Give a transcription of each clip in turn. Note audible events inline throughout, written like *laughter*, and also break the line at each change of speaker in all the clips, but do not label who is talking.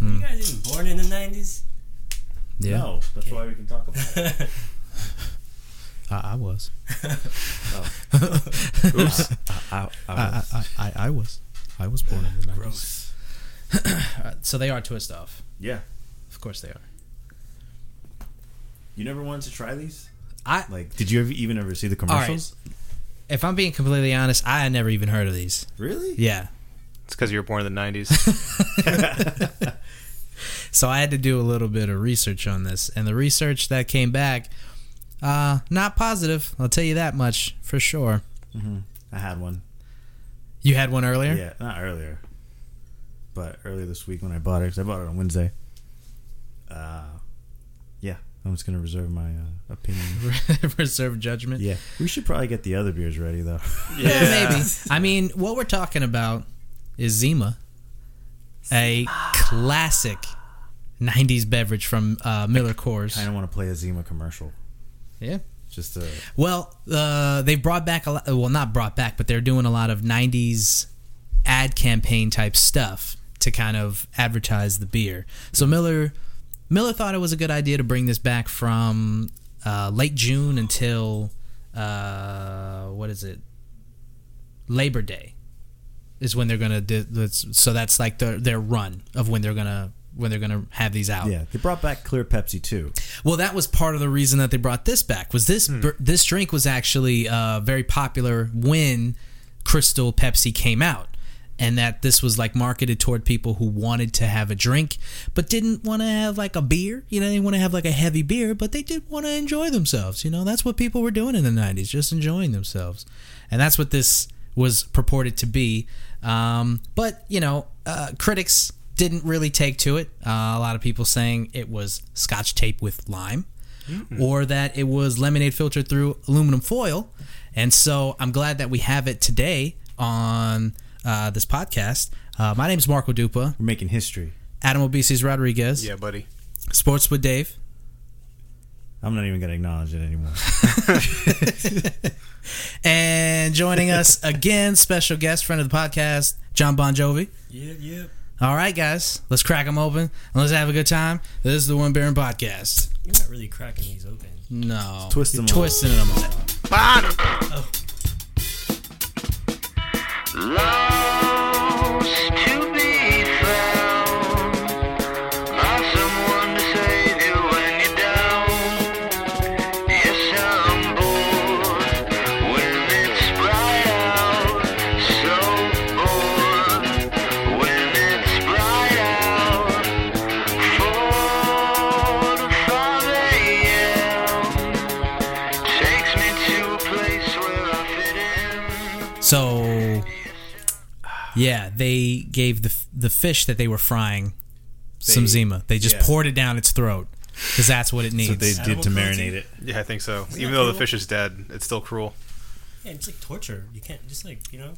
Were you guys even born in the nineties?
Yeah,
No, that's why we can talk about *laughs* it.
I, I *laughs* was. Oh.
Oops. I, I, I,
*laughs* I, I, I, I was. I was born in the nineties. *coughs*
Gross.
Uh, So they are twist off.
Yeah.
Of course they are.
You never wanted to try these?
I
Like, did you ever, even ever see the
right.
commercials?
if I'm being completely honest, I had never even heard of these.
Really?
*laughs* Yeah.
it's because you were born in
*laughs*
the 90s.
So I had to do a little bit of research on this, and the research that came back, uh, not positive. I'll tell you that much for sure.
I had one.
You had one earlier.
Yeah, not earlier, but earlier this week when I bought it, 'cause I bought it on Wednesday. Uh, yeah, I'm just gonna reserve my uh, opinion.
*laughs* Reserve
*laughs*
judgment.
Yeah, we should probably get the other beers ready though. *laughs*
Yeah, maybe. I mean, what we're talking about is Zima, a classic '90s beverage from uh, Miller Coors.
I don't want to play a Zima commercial.
Yeah.
Just to,
Well, uh, they brought back a lot. Well, not brought back, but they're doing a lot of '90s ad campaign type stuff to kind of advertise the beer. So Miller, Miller thought it was a good idea to bring this back from uh, late June until uh, what is it? Labor Day is when they're gonna. Do, that's, so that's like their their run of when they're gonna when they're gonna have these out.
yeah, they brought back clear Pepsi too.
Well, that was part of the reason that they brought this back. Was this br- this drink was actually uh, very popular when Crystal Pepsi came out, and that this was like marketed toward people who wanted to have a drink but didn't want to have like a beer. You know, they want to have like a heavy beer, but they did want to enjoy themselves. You know, that's what people were doing in the '90s, just enjoying themselves, and that's what this was purported to be. Um, but you know, uh, critics didn't really take to it. Uh, a lot of people saying it was Scotch tape with lime, or that it was lemonade filtered through aluminum foil. And so I'm glad that we have it today on uh, this podcast. Uh, my name is Marco Dupa,
We're making history.
Adam Obeses Rodriguez,
yeah, buddy.
Sports with Dave.
I'm not even gonna acknowledge it anymore.
And joining us again, special guest, friend of the podcast, John Bon Jovi.
Yep, yep.
All right, guys, let's crack them open and let's have a good time. This is the One Baron Podcast.
You're not really cracking these open.
No,
twist 'em
You're
all.
twisting them all.
Lost to be found by someone to save you when you're down. Yes, I'm bored when it's bright out. So bored when it's bright out. Four to five a.m. takes me to a place where I fit in.
So, yeah, they gave the the fish that they were frying some
They-
Zima. They just
yeah.
poured it down its throat because that's what it needs.
But they *laughs* did to
Animal
marinate it.
Yeah, I think so.
Isn't
Even
that
though the
cool?
fish is dead, it's still cruel.
Yeah, it's like torture. You can't just like you know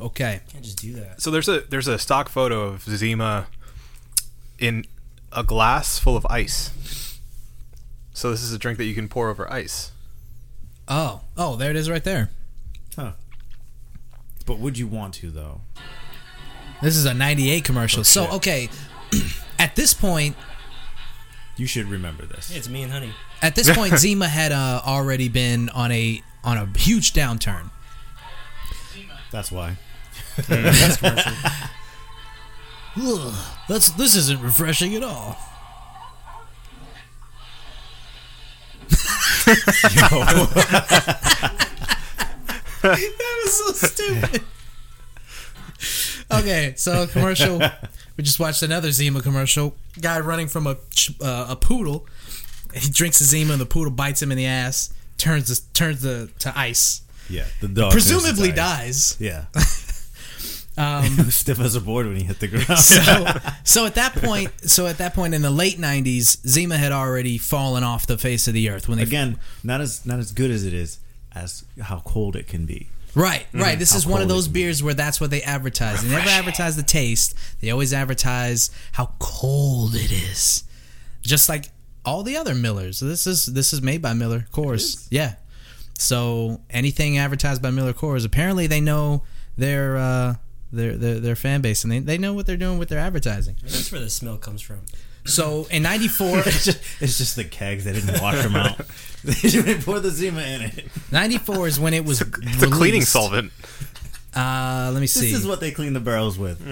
okay,
can't just do that.
So there's a there's a stock photo of Zima in a glass full of ice. So this is a drink that you can pour over ice.
oh, oh, there it is, right there.
Huh. But would you want to though?
This is a '98 commercial. so,
shit.
okay, *clears throat* at this point,
You should remember this.
Yeah, it's me and Honey.
at this point, Zima had uh, already been on a on a huge downturn.
That's why.
*laughs*
*laughs*
Ugh, that's this isn't refreshing at all. *laughs* that was so stupid. okay, so commercial. We just watched another Zima commercial. Guy running from a ch- uh, a poodle. He drinks a Zima, and the poodle bites him in the ass. Turns the, turns the to ice.
Yeah, the
*laughs*
dog turns
Presumably
to ice. *laughs*
dies. *laughs*
Yeah,
Um,
He was stiff as a board when he hit the ground.
*laughs* so, so at that point, so at that point in the late '90s, Zima had already fallen off the face of the earth when they
Again, not as not as good as it is as how cold it can be. *laughs*
Right,
Mm-hmm.
right. This
How
is one of
cold it
those
can be.
beers where that's what they advertise. They never advertise the taste. They always advertise how cold it is. Just like all the other Millers. This is this is made by Miller Coors. Yeah. So anything advertised by Miller Coors, apparently they know their uh, their their, their fan base, and they, they know what they're doing with their advertising.
Maybe That's where the smell comes from.
So in
*laughs*
'94,
it's, just, it's just the kegs. They didn't wash them
*laughs*
out. *laughs* they poured the Zima in it.
'94 is when it was
It's a cleaning
released.
solvent.
Uh, let me
This
see. Mm-hmm.
is what they clean the barrels with.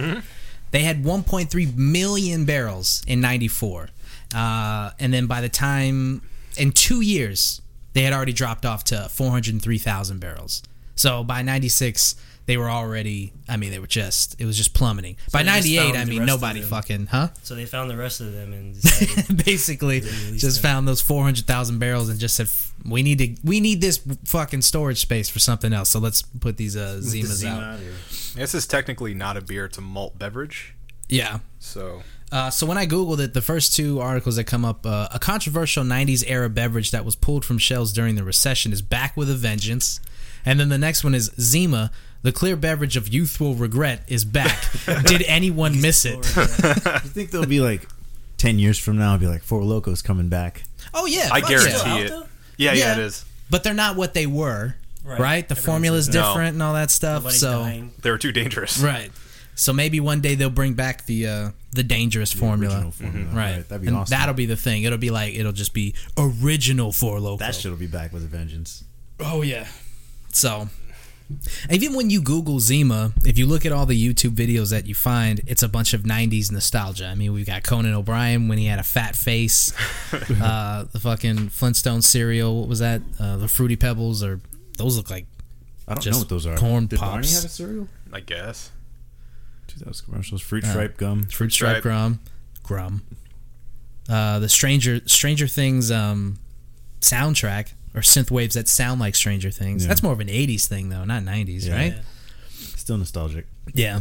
They had 1.3 million barrels in '94, uh, and then by the time in two years, they had already dropped off to 403,000 barrels. So by '96, they were already. I mean, they were just. It was just plummeting. by
they just
'98,
found
I
the
mean,
rest of
nobody
them.
fucking huh. *laughs*
So they found the rest of them and decided,
basically
released
just
them.
found those 400,000 barrels and just said "F- we need to we need this fucking storage space for something else so let's put these uh
The
zimas
Zima
out
out here.
This is technically not a beer; it's a malt beverage.
yeah
So
uh, so when I googled it, the first two articles that come up, uh, a controversial '90s era beverage that was pulled from shelves during the recession is back with a vengeance, and then the next one is Zima, the clear beverage of youthful regret, is
*laughs*
back. Did anyone miss it?
You think they'll be like ten years from now? Be like Four Locos coming back.
Oh yeah,
I
fuck
guarantee
*laughs* yeah.
out
it.
though?
Yeah, yeah,
Yeah.
it is.
but they're not what they were, right?
Right.
The
Everyone's
formula's
No.
different and all that stuff.
Nobody's
so
dying.
They were too dangerous.
Right. So maybe one day they'll bring back the uh, the dangerous formula. Mm-hmm.
Original formula.
Right.
That'd be
and
awesome.
That'll be the thing. It'll be like it'll just be original four local.
that shit'll be back with a vengeance.
Oh yeah. So even when you Google Zima, if you look at all the YouTube videos that you find, it's a bunch of '90s nostalgia. I mean, we've got Conan O'Brien when he had a
*laughs*
fat face, uh, the fucking Flintstone cereal. What was that? Uh, the Fruity Pebbles, or those look like
I don't
Just
know what those are.
corn
Did
pops.
Barney have a cereal?
I guess.
Dude, that was commercials. Fruit stripe gum.
Fruit Stripe
Stripe.
Grum. Grum. Uh, the Stranger Stranger Things um, soundtrack or synth waves that sound like Stranger Things.
Yeah.
That's more of an '80s thing though, not '90s,
Yeah.
right?
Still nostalgic.
Yeah.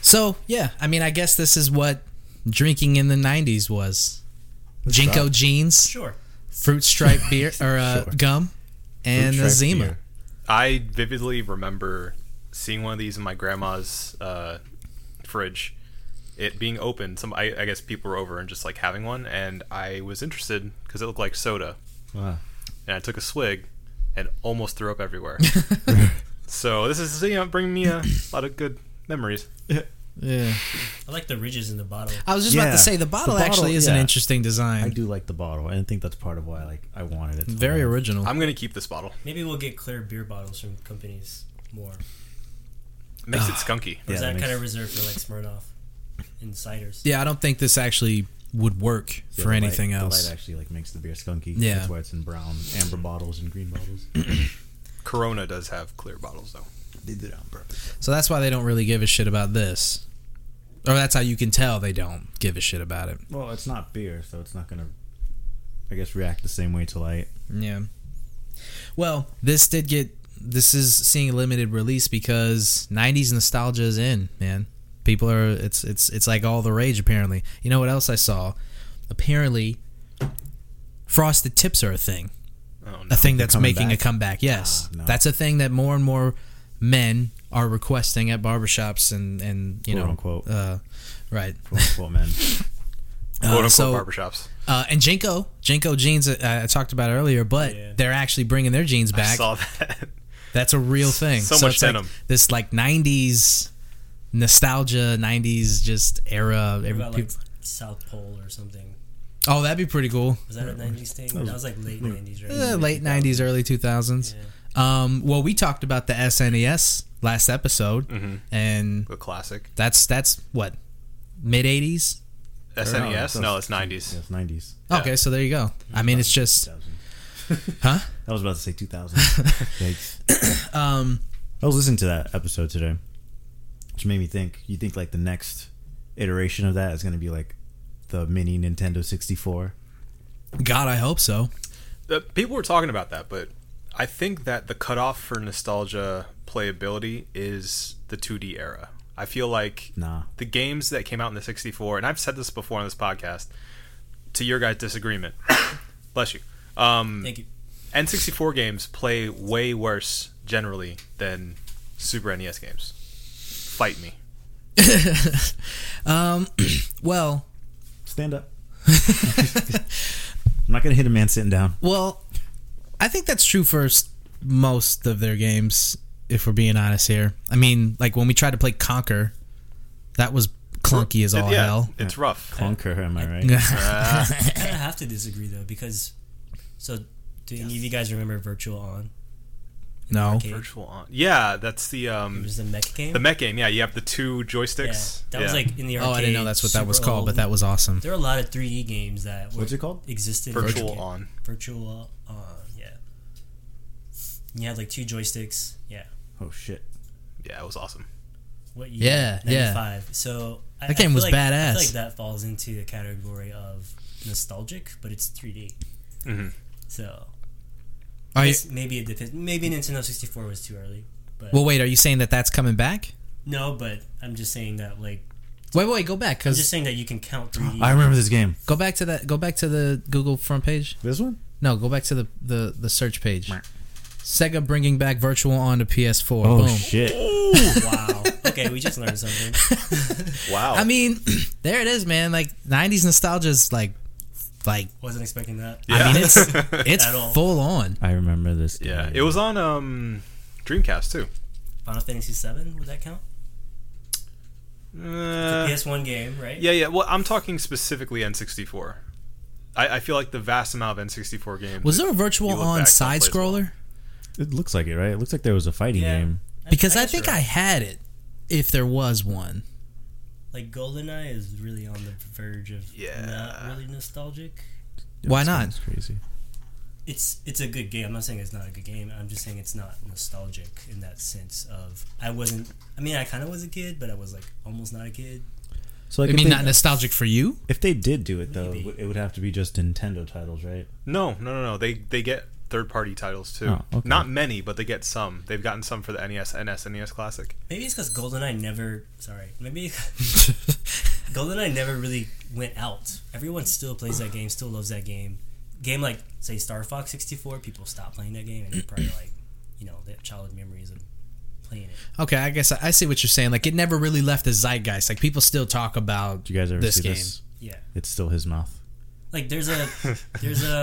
So yeah, I mean, I guess this is what drinking in the '90s was: Jinko
stop.
jeans,
Sure.
fruit stripe
*laughs*
beer or uh,
Sure.
gum, and
Fruit
a
stripe
Zima.
beer.
I vividly remember seeing one of these in my grandma's uh, fridge. It being open. Some I, I guess people were over and just like having one, and I was interested because it looked like soda,
Wow.
and I took a swig, and almost threw
*laughs*
up everywhere. so this is you know bringing me a lot of good memories.
Yeah,
I like the ridges in the bottle.
I was just about
Yeah.
to say the
The
bottle,
bottle,
actually is an
yeah.
interesting design.
I do like the bottle, and I think that's part of why like I wanted it. so
Very
bad.
original.
I'm gonna keep this bottle.
Maybe we'll get clear beer bottles from companies more.
Makes it skunky.
Or
Yeah,
is that
that
kind of
makes-
reserved for like Smirnoff and ciders?
Yeah, I don't think this actually would work
Yeah,
for
the light-
anything
The
else.
light actually like makes the beer skunky.
Yeah.
That's why it's in brown, amber bottles and green
*clears throat*
bottles.
Corona does have clear bottles though.
they did it
um,
on purpose.
So that's why they don't really give a shit about this. Or that's how you can tell they don't give a shit about it.
Well, it's not beer, so it's not gonna, I guess, react the same way to light.
Yeah. Well, this did get this is seeing a limited release because 90s nostalgia is in, man. People are it's it's it's like all the rage apparently. You know what else I saw? Apparently frosted tips are a thing.
Oh
a
no.
thing that's
coming
making
back?
a comeback. Yes,
Ah, no.
that's a thing that more and more men are requesting at barbershops and and you
Quote,
know
unquote.
Uh, right. Uh,
Quote unquote,
*laughs*
man.
Quote unquote
so-
barbershops.
Uh, and Jinko, Jinko jeans uh, I talked about earlier, but
Yeah.
they're actually bringing their jeans
I
back.
saw *laughs* that.
That's a real thing.
so much
it's like
denim.
this like '90s nostalgia, '90s just era.
What
Every,
about like
peop-
South Pole or something?
oh, that'd be pretty cool.
Was that a 90s thing? That was like late 90s, right?
Eh, late '90s, early 2000s.
Yeah.
Um, well, we talked about the SNES last episode,
Mm-hmm.
and
The classic.
That's that's what mid '80s.
SNES? E No, it's
Yeah,
90s.
it's nineties.
Okay, so there you go. I mean, it's just Huh?
*laughs* I was about to say two thousand.
*laughs*
Yikes.
um,
I was listening to that episode today, which made me think. You think like the next iteration of that is going to be like the mini Nintendo sixty four?
God, I hope so.
Uh, people were talking about that, but I think that the cutoff for nostalgia playability is the 2D era. I feel like
Nah.
the games that came out in the 64, and I've said this before on this podcast, to your guys' disagreement, *coughs* bless you. Um,
Thank you.
N64 games play way worse generally than Super NES games. Fight me.
um, well,
Stand up. I'm not going to hit a man sitting down.
well, I think that's true for s- most of their games. if we're being honest here. I mean, like when we tried to play Conquer, that was clunky as
It-
all
*laughs*
yeah,
hell.
It's rough.
Clunker, am I right?
I kind of have to disagree though because so do any of you guys remember Virtual On?
no.
Arcade?
Virtual on. Yeah, that's the
It
um
was the mech game.
the mech game. Yeah, you have the two
yeah,
joysticks.
that was
Yeah.
like in the arcade.
Oh, I didn't know that's what that was
super
called,
old.
but that was awesome.
there are a lot of 3D games that were
What's it called?
existed. in
virtual
arcade.
on.
Virtual On. Yeah. And you had like two joysticks. Yeah.
Oh shit!
Yeah, it was awesome.
What
Yeah,
year?
yeah.
95. So I,
That
I
game
feel
was
like, I
badass.
feel like that falls into the category of nostalgic, but it's 3D.
Mhm.
So
Are you,
guess maybe it depends. Maybe Nintendo 64 was too early. But
well, wait. Are you saying that that's coming back?
no, but I'm just saying that like
Wait, wait. Go back,
I'm just
cause
saying that you can count 3D.
I remember this game.
go back to that. Go back to the Google front page.
This one?
No, go back to the the, the search page. Sega bringing back Virtual on to PS4.
Oh
Boom.
shit!
*laughs* wow. Okay, we just learned something.
Oh.
Wow.
I mean, *clears throat* there it is, man. Like '90s nostalgia is like, like
Wasn't expecting that.
yeah.
I mean, it's
*laughs*
it's
At all.
full on.
I remember this. Game.
yeah, it was on um Dreamcast too.
Final Fantasy 7 would that count?
Uh,
PS1 game, right?
Yeah, yeah. Well, I'm talking specifically N64. I, I feel like the vast amount of N64 games.
Was there a
you
Virtual
look
on
back, don't play
side
as well.
scroller?
It looks like it, right? It looks like there was a fighting
Yeah.
game.
Because I
guess
think
you're
I
right.
had it. If there was one,
like GoldenEye is really on the verge of
Yeah.
not really nostalgic.
Why
That
not?
sounds Crazy.
It's it's a good game. I'm not saying it's not a good game. I'm just saying it's not nostalgic in that sense of I wasn't. I mean, I kind of was a kid, but I was like almost not a kid.
So like,
I
if,
mean,
they,
not nostalgic for you.
if they did do it though,
Maybe.
it would- it would have to be just Nintendo titles, right?
No, no, no, no. They they get third party titles too.
Oh, okay.
Not many, but they get some. They've gotten some for the E NES, NS, NES Classic.
Maybe it's because GoldenEye never. Sorry,
*laughs*
maybe *laughs* GoldenEye never really went out. Everyone still plays that game, still loves that game. Game like say Star Fox 64, people stop playing that game and they're probably like, you know, their childhood memories of playing it.
*laughs* Okay, I guess I, I see what you're saying. Like it never really left the zeitgeist. Like people still talk about
Do you guys ever
this
see
game.
this?
Yeah.
It's still his mouth.
Like there's
*laughs*
a there's a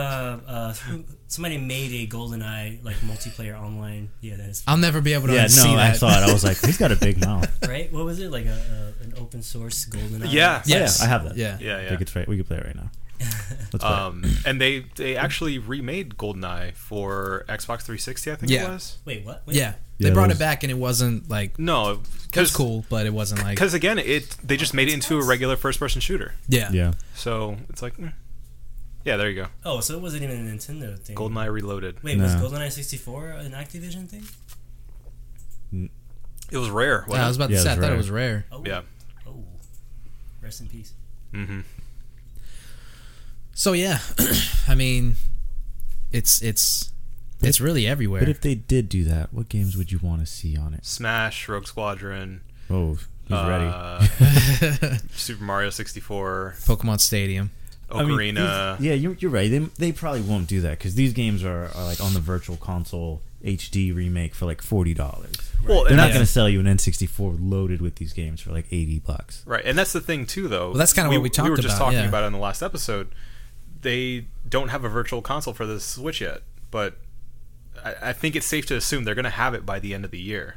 uh, somebody made a GoldenEye like multiplayer online. Yeah, that is
I'll never be able to
Yeah,
unsee
no,
that.
I saw it. I was like, he's got a
*laughs*
big mouth.
right. What was it like a, a an open source GoldenEye?
Yeah.
yes,
Yeah, I have that.
Uh, Yeah.
Yeah,
We
yeah.
could play. We could play it right
*laughs*
now. Let's play.
Um, and they they actually remade GoldenEye for Xbox 360. I think
Yeah.
it was.
Wait, what? Wait,
*laughs* Yeah,
Yeah,
they
it
brought
was-
it back, and it wasn't like
No,
it was
because
cool, but it wasn't like
Because again, it they just made it into a regular first person shooter.
yeah.
it. Yeah.
So it's like, eh. yeah, there you go.
Oh, so it wasn't even a Nintendo thing.
GoldenEye Reloaded.
Wait, was
No.
GoldenEye 64 an Activision thing?
It was rare.
Yeah, I was about to
Yeah,
say I
it was
thought it
rare.
was rare.
Oh,
yeah.
Oh, rest in peace.
hmm
So yeah, *clears throat* I mean, it's it's it's really everywhere.
But if they did do that, what games would you want to see on it?
Smash, Rogue Squadron,
Oh, he's ready.
uh, *laughs* Super Mario 64,
*laughs* Pokemon Stadium.
I mean,
Ocarina.
these- yeah, you're, you're right. They, they probably won't do that because these games are, are like on the virtual console HD remake for like forty dollars.
Well,
They're
and
not
that's,
going to sell you an N64 loaded with these games for like eighty bucks.
right, and that's the thing too, though.
that's kinda what we
We were
talked
just
about,
talking
yeah.
about it in the last episode. They don't have a virtual console for the Switch yet, but I, I think it's safe to assume they're going to have it by the end of the year.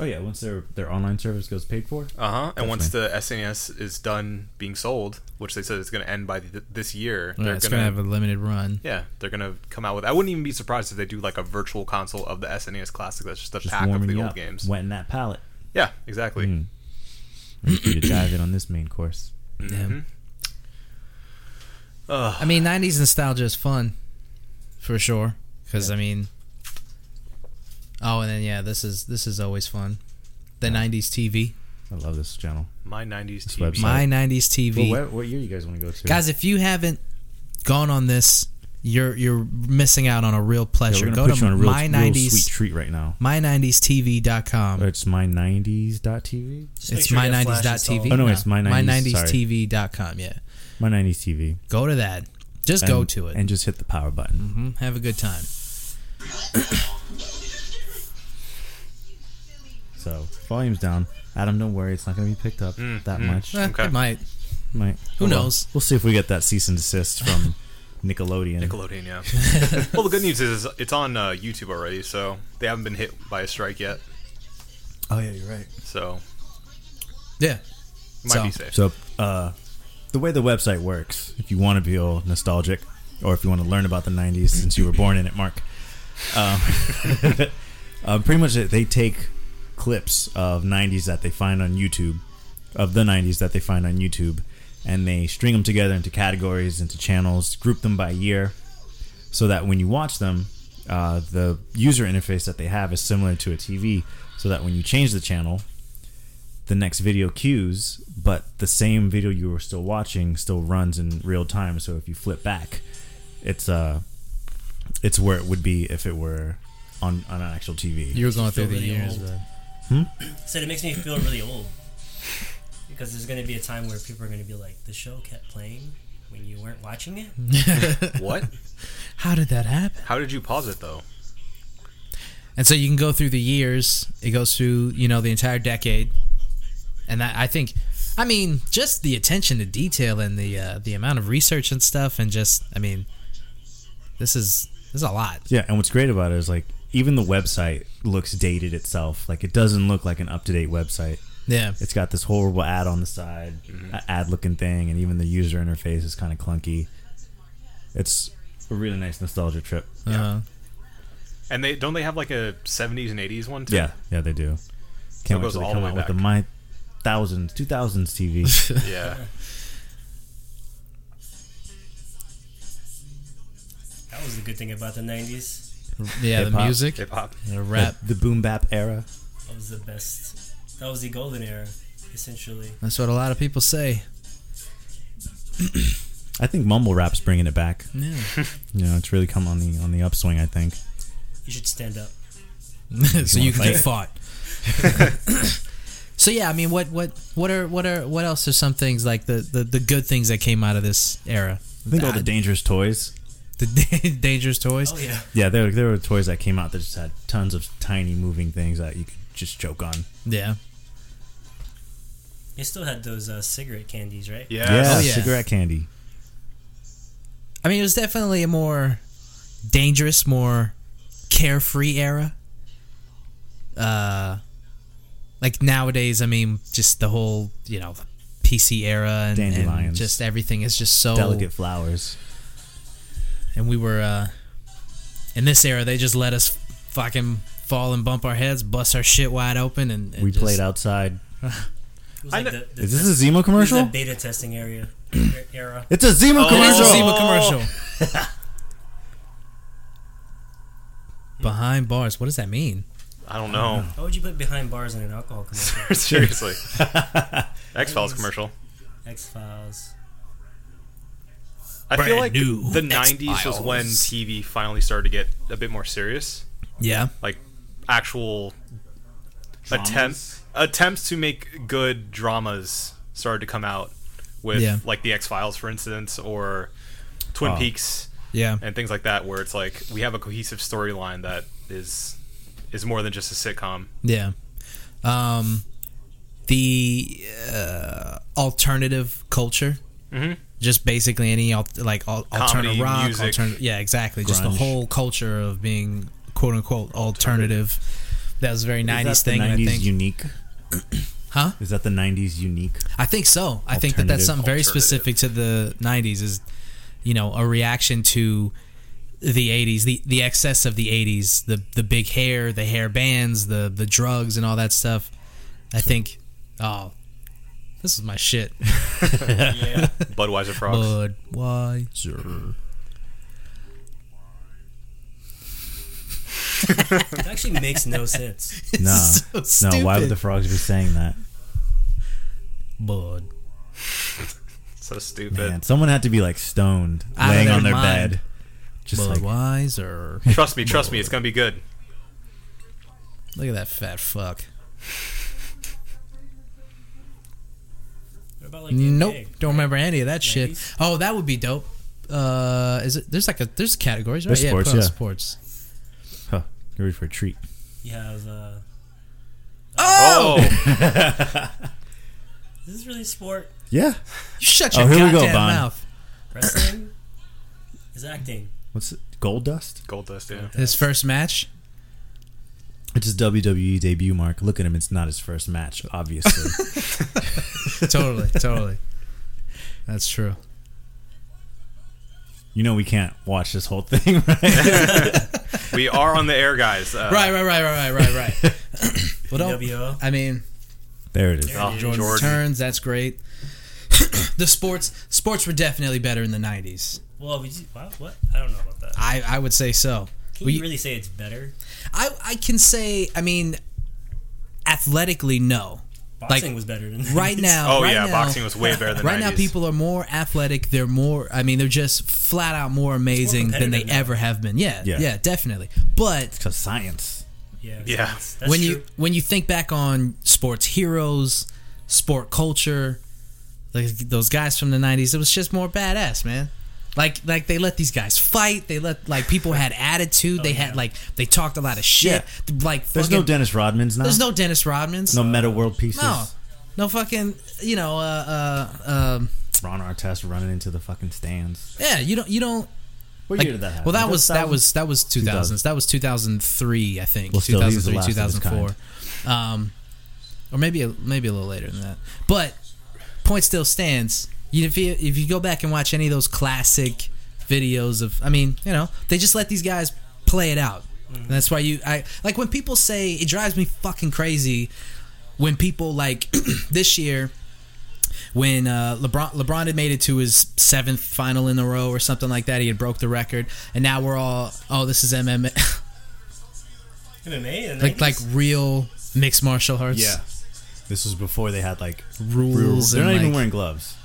Oh yeah, once their their online service goes paid for,
Uh huh. And once the SNES is done being sold, which they said is going to end by th- this year,
Yeah,
they're
it's
going
gonna
to
have a limited run.
yeah, they're going to come out with. I wouldn't even be surprised if they do like a virtual console of the SNES Classic. That's just a
just
pack of
warming
the
you
old
up,
games.
wetting that palate.
Yeah, exactly.
Mm. Ready for you to dive in on this main course.
Mhm. Ugh.
I mean, '90s nostalgia is fun, for sure. Because I mean, oh, and then yeah, this is this is always fun. The '90s TV,
I love this channel.
my '90s
This
TV.
website.
my '90s
Well,
TV,
where, what year you guys want to go to?
guys. If you haven't gone on this, you're you're missing out on a real
yeah,
pleasure.
we're
Go
going to put
to
you on a real,
my
real sweet
'90s
treat right now.
my90stv.com.
It's my90s.tv.
Just make
It's
sure you have Flash
my90s.tv.
installed.
Oh, no, it's my 90s, sorry.
my90stv.com. Yeah,
My 90s TV.
go to that. Just
And,
go to it.
And just hit the power button.
Mhm, Have a good time.
So, volume's down. Adam, don't worry. It's not going to be picked up that much.
Eh,
Okay.
It might.
Might.
Who
Oh, well.
knows? *laughs*
We'll see if we get that cease and desist from Nickelodeon.
Nickelodeon, yeah.
*laughs*
well, the good news is it's on uh, YouTube already, so they haven't been hit by a strike yet,
oh yeah, you're right.
so
Yeah.
might
So-
be safe.
So, uh, the way the website works, if you want to be all nostalgic, or if you want to learn about the '90s since you were born in it, Mark, um, *laughs* uh, pretty much it- they take clips of '90s that they find on YouTube, of the '90s that they find on YouTube, and they string them together into categories, into channels, group them by year, so that when you watch them, uh, the user interface that they have is similar to a TV, so that when you change the channel, the next video cues, but the same video you were still watching still runs in real time. So if you flip back, it's uh, it's where it would be if it were on on an actual TV.
You were going through
Feel
the
really
years.
old.
bro.
said it makes me feel really old because there's going to be a time where people are going to be like, the show kept playing when you weren't watching it.
*laughs* what?
How did that happen?
How did you pause it though?
And so you can go through the years. It goes through, you know, the entire decade. And that, I think, I mean, just the attention to detail and the uh, the amount of research and stuff, and just, I mean, this is this is a lot.
Yeah, and what's great about it is like even the website looks dated itself. Like it doesn't look like an up to date website.
Yeah.
It's got this horrible ad on the side,
Mm-hmm.
ad looking thing, and even the user interface is kind of clunky. It's a really nice nostalgia trip.
Uh,
And they don't they have like a 70s and 80s one too?
Yeah, yeah, they do.
it
Can't wait
goes
till
all
they
the
come
way
out with the
back.
my thousands, two thousands TV.
*laughs* Yeah.
That was the good thing about the 90s.
yeah. The
Hip-hop.
music,
Hip hop.
the rap.
the boom bap era.
That was the best. That was the golden era, essentially.
That's what a lot of people say.
I think mumble rap's bringing it back.
Yeah.
You know, it's really come on the on the upswing. I think.
You should stand up.
*laughs* so
wanna
you can
fight?
get fought.
*laughs*
*laughs* so yeah, I mean, what what what are what are what else are some things like the the, the good things that came out of this era?
I think all the dangerous toys.
The *laughs* da- dangerous toys.
Oh, yeah.
Yeah, there there were toys that came out that just had tons of tiny moving things that you could just choke on.
yeah.
They still had those uh, cigarette candies, right?
*laughs*
Yeah.
yeah,
Oh, yeah.
cigarette candy.
I mean, it was definitely a more dangerous, more carefree era. Uh, like nowadays, I mean, just the whole you know PC era and, and
Dandelions.
just everything is just so
Oh.
Delicate flowers.
and we were uh in this era they just let us fucking fall and bump our heads bust our shit wide open and, and
We
just-
played outside.
It was
I
like
kn-
the, the
Is this a Zemo commercial?
that beta testing area *clears throat* era.
It's a Zemo
it Oh, is a
commercial.
Zima commercial
*laughs*
behind bars what does that mean
I don't know.
How would you put behind bars in an alcohol
*laughs*
commercial?
Seriously.
*laughs*
X Files commercial.
X Files.
I feel
Brand
like
new
the 90s was when
X-Files.
TV finally started to get a bit more serious.
yeah
Like actual attempts attempts to make good dramas started to come out with
Yeah.
like the X Files for instance or Twin
Oh.
Peaks
yeah
and things like that where it's like we have a cohesive storyline that is is more than just a
*laughs*
sitcom.
yeah um the uh, alternative culture
Mhm.
just basically any al- like al-
Comedy,
alternative rock
music,
alternative yeah exactly just the
grunge.
whole culture of being quote unquote alternative that was a very 90s
Is that
thing
The 90s
and i think
unique.
*coughs* Huh?
Is that the 90s
*laughs*
unique?
I think so. I think that that's
Alternative.
something very
Alternative.
specific to the '90s. Is you know a reaction to the '80s, the the excess of the '80s, the the big hair, the hair bands, the the drugs, and all that stuff. I think, oh, this is my shit.
Budweiser frogs.
Bud why?
It actually makes no sense.
No,
*laughs* so
no. Why
stupid.
would the frogs be saying
*laughs*
that?
Bud.
so stupid.
Man, someone had to be like stoned,
Out of
laying
their
on their
mind.
bed, just like
Budweiser.
Trust me, trust me, it's gonna be good.
Look at that fat fuck.
What about like the
Nope,
NBA?
don't remember any of that shit.
90s?
Oh, that would be dope. Uh, is it? There's like a there's categories, right?
There's
yeah,
sports,
put on
yeah.
sports.
huh, you're ready for a treat.
You have. Uh,
Oh,
is this really sport?
Yeah,
You shut
Oh,
your
here we
goddamn
go, Bon.
mouth.
Wrestling? It's acting.
What's it? Gold Dust?
Gold Dust, yeah.
His first match.
It's his WWE E debut, Mark. Look at him. It's not his first match,
*laughs*
obviously. *laughs*
Totally, totally. That's true.
you know we can't watch this whole thing, *laughs* right?
We are on the air, guys. Uh,
Right, right, right, right, right, right, *laughs* right. well, don't.
NWO.
I mean,
there it is.
Oh,
Jordan,
Jordan.
turns. That's great. *clears throat* the sports sports were definitely better in the '90s.
Well, we just, wow, what? I don't know about that.
I I would say so.
Can
We-
you really say it's better?
I I can say. I mean, athletically, no.
Boxing was better than
Right now.
Oh,
Uh, right
yeah,
now-
boxing was way better
*laughs*
than
Right now,
90s.
people are more athletic. They're more. I mean, they're just flat out more amazing than they
competitive now.
ever have been. Yeah, yeah,
Yeah.
definitely. But
To science.
*laughs* Yeah.
Yeah.
That's, that's
when
true.
you when you think back on sports heroes, sport culture, like those guys from the '90s, it was just more badass, man. Like like they let these guys fight. They let like people had attitude. they had like they talked a lot of shit. Like
There's
fucking-
no Dennis Rodman's now.
there's no Dennis Rodmans.
no Meta World Pieces.
no, no fucking you know uh uh um
Ron Artest running into the fucking stands.
yeah you don't you don't
What
Like,
year did that happen?
well, that was that
2000?
was that was 2000s. That was 2003, I think.
Well, still, he was the
2003,
last of his
2004, um, or maybe a, maybe a little later than that. But point still stands. You, if you if you go back and watch any of those classic videos of, I mean, you know, they just let these guys play it out. And that's why you, I like when people say it drives me fucking crazy when people like *clears throat* this year when uh, LeBron LeBron had made it to his seventh final in a row or something like that. He had broke the record, and now we're all oh, this is *laughs* MMA
MMA in the
like like
90s?
real mixed martial arts.
Yeah. This was before they had like
Rules
rules. They're
and,
not even
like-
wearing gloves.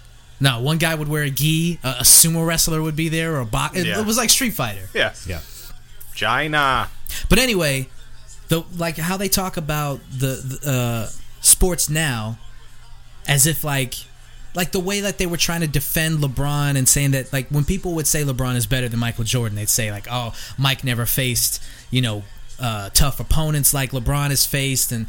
No, one guy would wear a gi, a, a sumo wrestler would be there, or a box. It,
Yeah.
it was like Street Fighter.
Yeah.
Yeah.
China.
But anyway, the like how they talk about the, the uh, sports now, as if like like the way that they were trying to defend LeBron and saying that like when people would say LeBron is better than Michael Jordan, they'd say like, oh, Mike never faced you know. Uh, tough opponents like LeBron has faced, and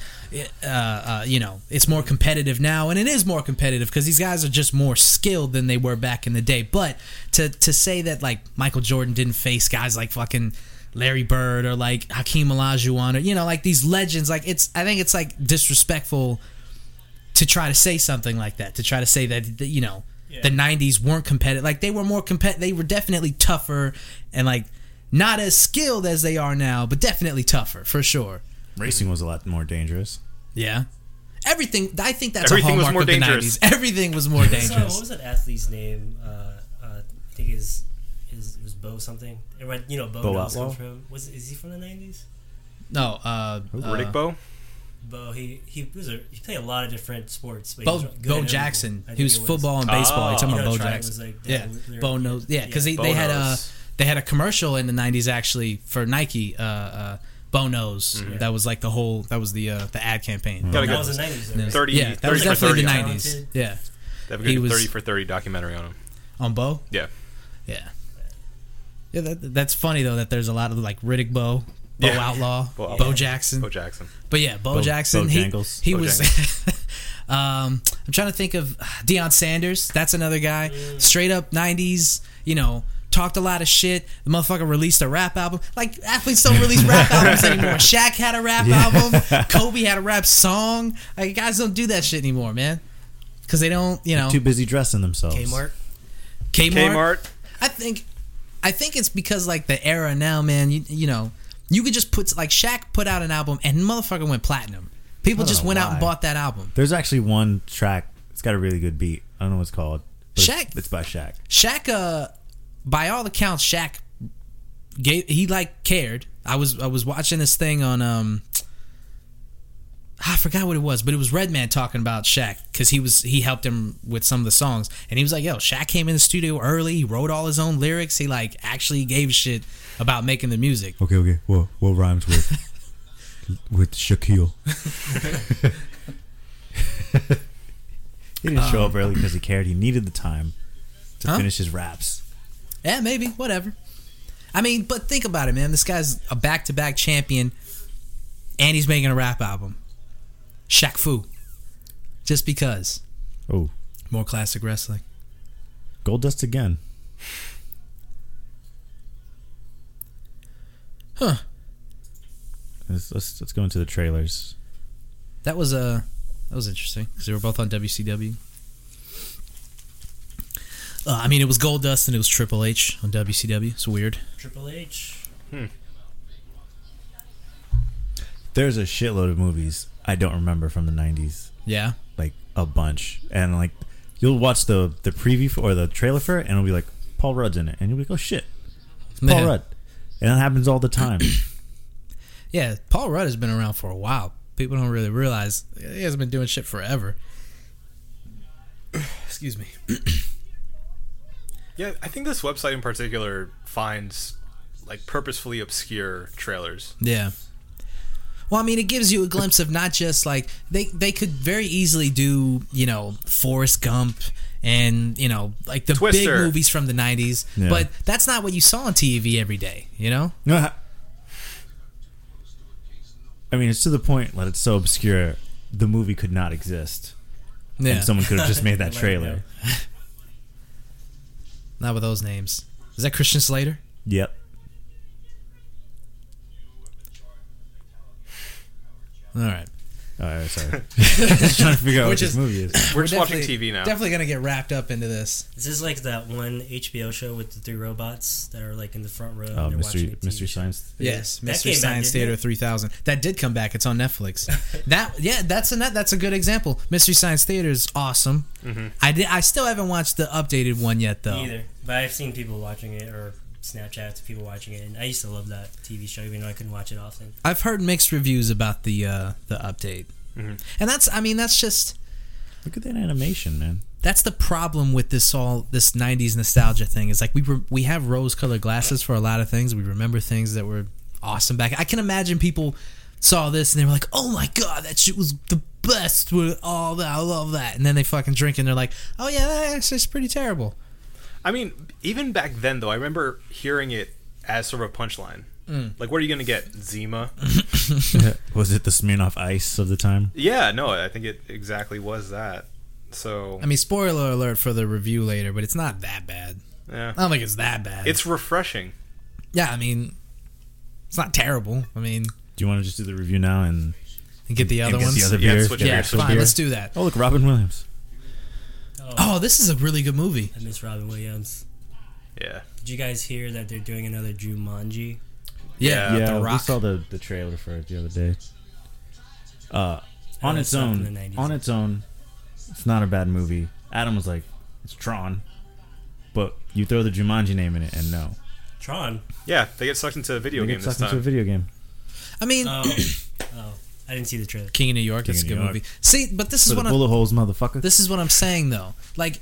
uh, uh, you know it's more competitive now, and it is more competitive because these guys are just more skilled than they were back in the day. But to to say that like Michael Jordan didn't face guys like fucking Larry Bird or like Hakeem Olajuwon or you know like these legends, like it's I think it's like disrespectful to try to say something like that to try to say that that, you know the 90s weren't competitive like they were more compet they were definitely tougher and like not as skilled as they are now but definitely tougher for sure
Racing was a lot more dangerous.
yeah everything i think that's
Everything
a
was
hallmark
more
of the
dangerous.
90s everything was more
*laughs* So, what
dangerous
was that athlete's name? Uh, uh, I think is is it was Bo something. Everyone- You know, Bo,
Bo
knows
Outlaw?
comes from. Was is he from the nineties?
no uh,
Riddick
uh
Bowe?
Bo he he was a, he played a lot of different sports. But
Bo,
he was good at
Bo
everything.
Jackson.
I think
He was
it
football and
Oh,
baseball. You're talking
You
about
know,
Bo
track
Jackson.
was like
yeah,
that lyric-
Bo knows. Yeah, because they,
Yeah,
they
Bo
had uh, a
knows.
they had a commercial in the '90s actually for Nike. Uh, uh, Bo knows.
Mm-hmm.
That was like the whole. That was the uh, the ad campaign. Bo
that
Gotta go.
knows.
was the nineties.
30,
yeah, that
30
was
for
definitely
30.
the
on it.
'90s. Yeah,
They have a
He
good
was-
30 for 30 documentary on him.
on Bo.
Yeah.
Yeah, yeah. That, that's funny though. That there's a lot of like Riddick Bo, Bo
Yeah.
Outlaw,
Bo
Bo,
Outlaw.
Jackson.
Bo Jackson.
But yeah, Bo,
Bo-
Jackson.
Bo
he
Jangles.
he
Bo
was. *laughs* um, I'm trying to think of *sighs* Deion Sanders. That's another guy. Straight up '90s. You know, talked a lot of shit. The motherfucker released a rap album. Like athletes don't release rap albums anymore. Shaq had a rap album. Kobe had a rap song. Like guys don't do that shit anymore, man. Because they don't. You know,
Too busy dressing themselves.
Kmart.
Kmart.
Kmart.
I think, I think it's because like the era now, man. You you know, you could just put like Shaq put out an album and motherfucker went platinum. People
I don't
just
know
went out and
why.
bought that album.
There's actually one track. It's got a really good beat. I don't know what it's called. but it's-
Shaq.
It's, by Shaq.
Shaq, uh, by all accounts, Shaq gave he like cared. I was I was watching this thing on um. I forgot what it was, but it was Redman talking about Shaq because he was he helped him with some of the songs, and he was like, "Yo, Shaq came in the studio early. He wrote all his own lyrics. He like actually gave a shit about making the music."
Okay, okay. What what rhymes with
*laughs*
with Shaquille? he didn't show up early because he cared. He needed the time to
Um. Huh?
finish his raps.
Yeah, maybe. Whatever. I mean, but think about it, man. This guy's a back to back champion and he's making a rap album. Shaq Fu. Just because.
Oh,
More classic wrestling.
gold dust again. Let's, let's let's go into the trailers.
That was uh, that was interesting because they were both on WCW. Uh, I mean, it was Gold Dust and it was Triple H on WCW. It's weird.
Triple H.
There's a shitload of movies I don't remember from the '90s,
Yeah,
like a bunch, and like you'll watch the the preview for, or the trailer for it, and it'll be like Paul Rudd's in it, and you'll be like, oh shit, it's Paul
Yeah.
Rudd, and that happens all the
*clears throat*
time.
yeah. Paul Rudd has been around for a while. People don't really realize he hasn't been doing shit forever. *coughs* Excuse me.
Yeah, I think this website in particular finds like purposefully obscure trailers.
Yeah. Well, I mean, it gives you a glimpse of not just like they they could very easily do you know Forrest Gump and you know like the
Twister.
big movies from the '90s,
Yeah.
but that's not what you saw on TV every day. You know?
No, ha- I mean it's to the point that it's so obscure, the movie could not exist,
Yeah.
and someone could have just made
*laughs*
that
Let it
trailer.
not with those names. Is that Christian Slater?
Yep.
All right.
All right, Oh, sorry. *laughs* just trying to figure out
We're
what
just-
this movie
*laughs*
is.
We're, just watching
definitely-
TV now.
Definitely gonna get wrapped up into this.
Is this like that one HBO show with the three robots that are like in the front row?
Oh,
and they're watching
mystery,
a TV
mystery
show?
science.
Yes,
That
Mystery
came back,
Science
didn't
Theater
it?
3000. That did come back. It's on
*laughs*
Netflix. that yeah, that's a net- that's a good example. Mystery Science Theater is awesome.
Mm-hmm.
I did, I still haven't watched the updated one yet though.
Me Either, but I've seen people watching it or Snapchats of people watching it, and I used to love that TV show, even though I couldn't watch it often.
I've heard mixed reviews about the uh, the update,
Mm-hmm.
and that's I mean that's just
Look at that animation, man. *laughs*
that's the problem with this all this 90s nostalgia thing is like we were we have rose colored glasses for a lot of things we remember things that were awesome back i can imagine people saw this and they were like oh my god that shit was the best with all that i love that and then they fucking drink and they're like oh yeah that's just pretty terrible
I mean, even back then though, I remember hearing it as sort of a punchline.
Mm.
Like, what are you gonna get, Zima?
Was it the Smirnoff Ice of the time?
yeah, no, I think it exactly was that. So
i mean spoiler alert for the review later but it's not that bad
yeah,
i don't think it's that bad
it's refreshing.
yeah i mean it's not terrible i mean
Do you want to just do the review now and
and get the other
and get
ones
the other
Yeah,
beer?
switch
get the
beers.
yeah
actual
fine
beer?
let's do that
Oh, look, Robin Williams.
oh this is a really good movie
I miss Robin Williams.
Yeah,
Did you guys hear that they're doing another Jumanji?
Yeah,
Yeah,
Uh, The
we
Rock.
saw the, the trailer for it the other day. Uh,
I
on
know
its
it's not from the
own,
90s.
on its own, it's not a bad movie. Adam was like, "It's Tron," but you throw the Jumanji name in it, and no,
*coughs*
Tron.
yeah, they get sucked into a video
you
game
get
this
sucked into a
time.
video game.
I mean,
Oh, oh, I didn't see the trailer.
King of New York.
King
that's a
of
good
New York.
movie. See, but this
For
is
the
what I'm,
bullet holes, motherfucker.
this is what I'm saying though. Like,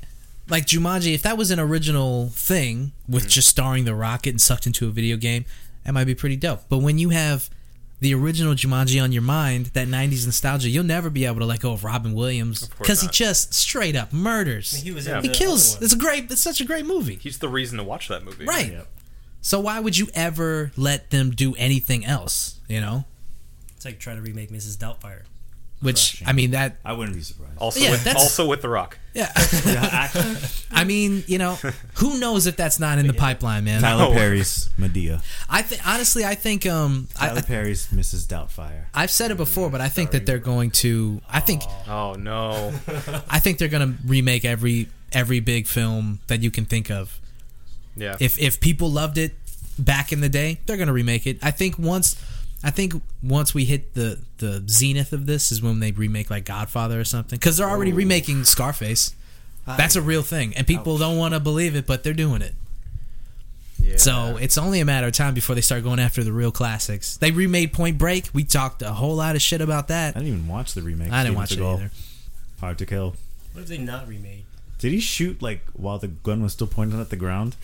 like Jumanji. If that was an original thing with
Mm.
just starring the Rocket and sucked into a video game, that might be pretty dope. But when you have the original Jumanji on your mind, that '90s nostalgia, you'll never be able to let go of Robin Williams
course
because he
not.
just straight up murders.
He was.
Yeah.
in
he
the
kills.
other one.
It's a great. It's such a great movie.
He's the reason to watch that movie.
Right.
Yep.
So why would you ever let them do anything else? You know.
It's like trying to remake Mrs. Doubtfire.
Which
Crushing.
I mean that
I wouldn't be surprised.
Also,
Yeah,
with,
that's-
also with the Rock.
yeah.
Tyler
I mean, you know, who knows if that's not in the pipeline, man.
No.
Perry's Medea.
I think honestly, I think um,
Tyler
I,
Perry's Mrs. Doubtfire.
I've said it before, but I think that they're going to. I think
Oh
*laughs*
no,
I think they're going to remake every every big film that you can think of.
yeah.
If if people loved it back in the day, they're going to remake it. I think once. I think once we hit the, the zenith of this is when they remake like Godfather or something because they're already remaking Scarface. That's a real thing, and people don't want to believe it, but they're doing it.
yeah.
So it's only a matter of time before they start going after the real classics. They remade Point Break. We talked a whole lot of shit about
I
that.
didn't even watch the remake.
I
Steven
didn't watch it
Seagal,
either.
Hard to kill.
What if they not remade?
Did he shoot like while the gun was still pointed at the ground?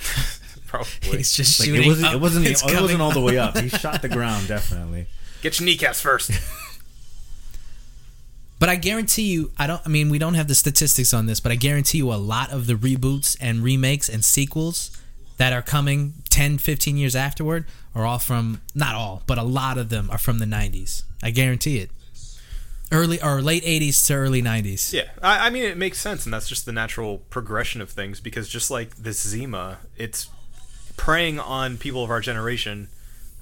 probably
It's just
Like,
shooting.
it wasn't.
up.
It wasn't.
It's
it
coming
wasn't all the way
*laughs*
up. He shot the ground definitely.
get your kneecaps first.
But I guarantee you, I don't. I mean, we don't have the statistics on this, but I guarantee you, a lot of the reboots and remakes and sequels that are coming 10, 15 years afterward are all from not all, but a lot of them are from the '90s. I guarantee it. Early or late '80s to early '90s.
Yeah, I, I mean it makes sense, and that's just the natural progression of things. Because just like this Zima, it's preying on people of our generation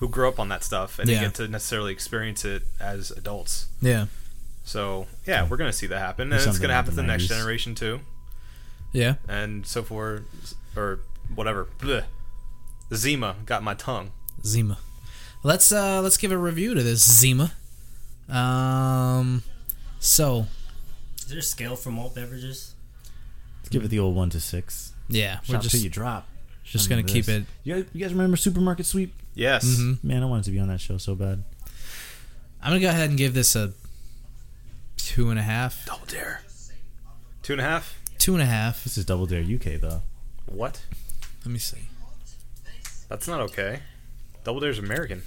who grew up on that stuff and
Yeah.
didn't get to necessarily experience it as adults.
Yeah.
So yeah, we're gonna see that happen, and
There's
it's
something
gonna happen to
about
the
the
next
90s.
generation too,
Yeah.
and so forth, or whatever. Bleh. Zima got my tongue.
Zima. Let's uh let's give a review to this Zima. Um so
Is there a scale for malt beverages?
Let's give it the old one to six.
yeah, we're
Shout till
just
you drop.
just
I
gonna
remember
keep
this.
it
You guys, you guys remember Supermarket Sweep?
Yes.
Mhm.
Man, I wanted to be on that show so bad.
I'm gonna go ahead and give this a two and a half.
Double dare. Two and a half.
Two and a half.
This is Double Dare UK though.
What?
Let me see.
That's not okay. Double dare's American.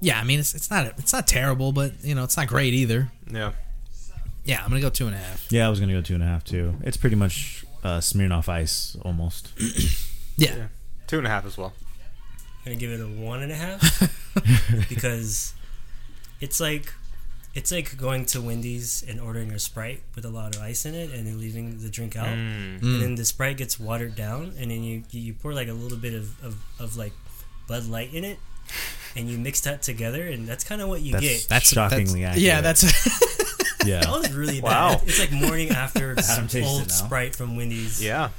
Yeah, I mean it's it's not it's not terrible, but you know, it's not great either.
Yeah.
Yeah, I'm gonna go two and a half.
Yeah, I was gonna go two and a half too. It's pretty much uh, Smirnoff Ice
*laughs*
almost.
Yeah.
Yeah. Two and a half as well.
I'm gonna give it a one and a half because it's like it's like going to Wendy's and ordering a Sprite with a lot of ice in it and then leaving the
Oh.
drink out.
Mm.
And then the Sprite gets watered down and then you you pour like a little bit of, of, of like Bud Light in it and you mix that together and that's kinda what you
That's,
get.
that's shockingly
that's,
accurate.
Yeah, that's *laughs*
That
yeah.
was really
Wow.
bad. It's like morning after
Adam tastes it
old
now.
Sprite from Wendy's
Yeah.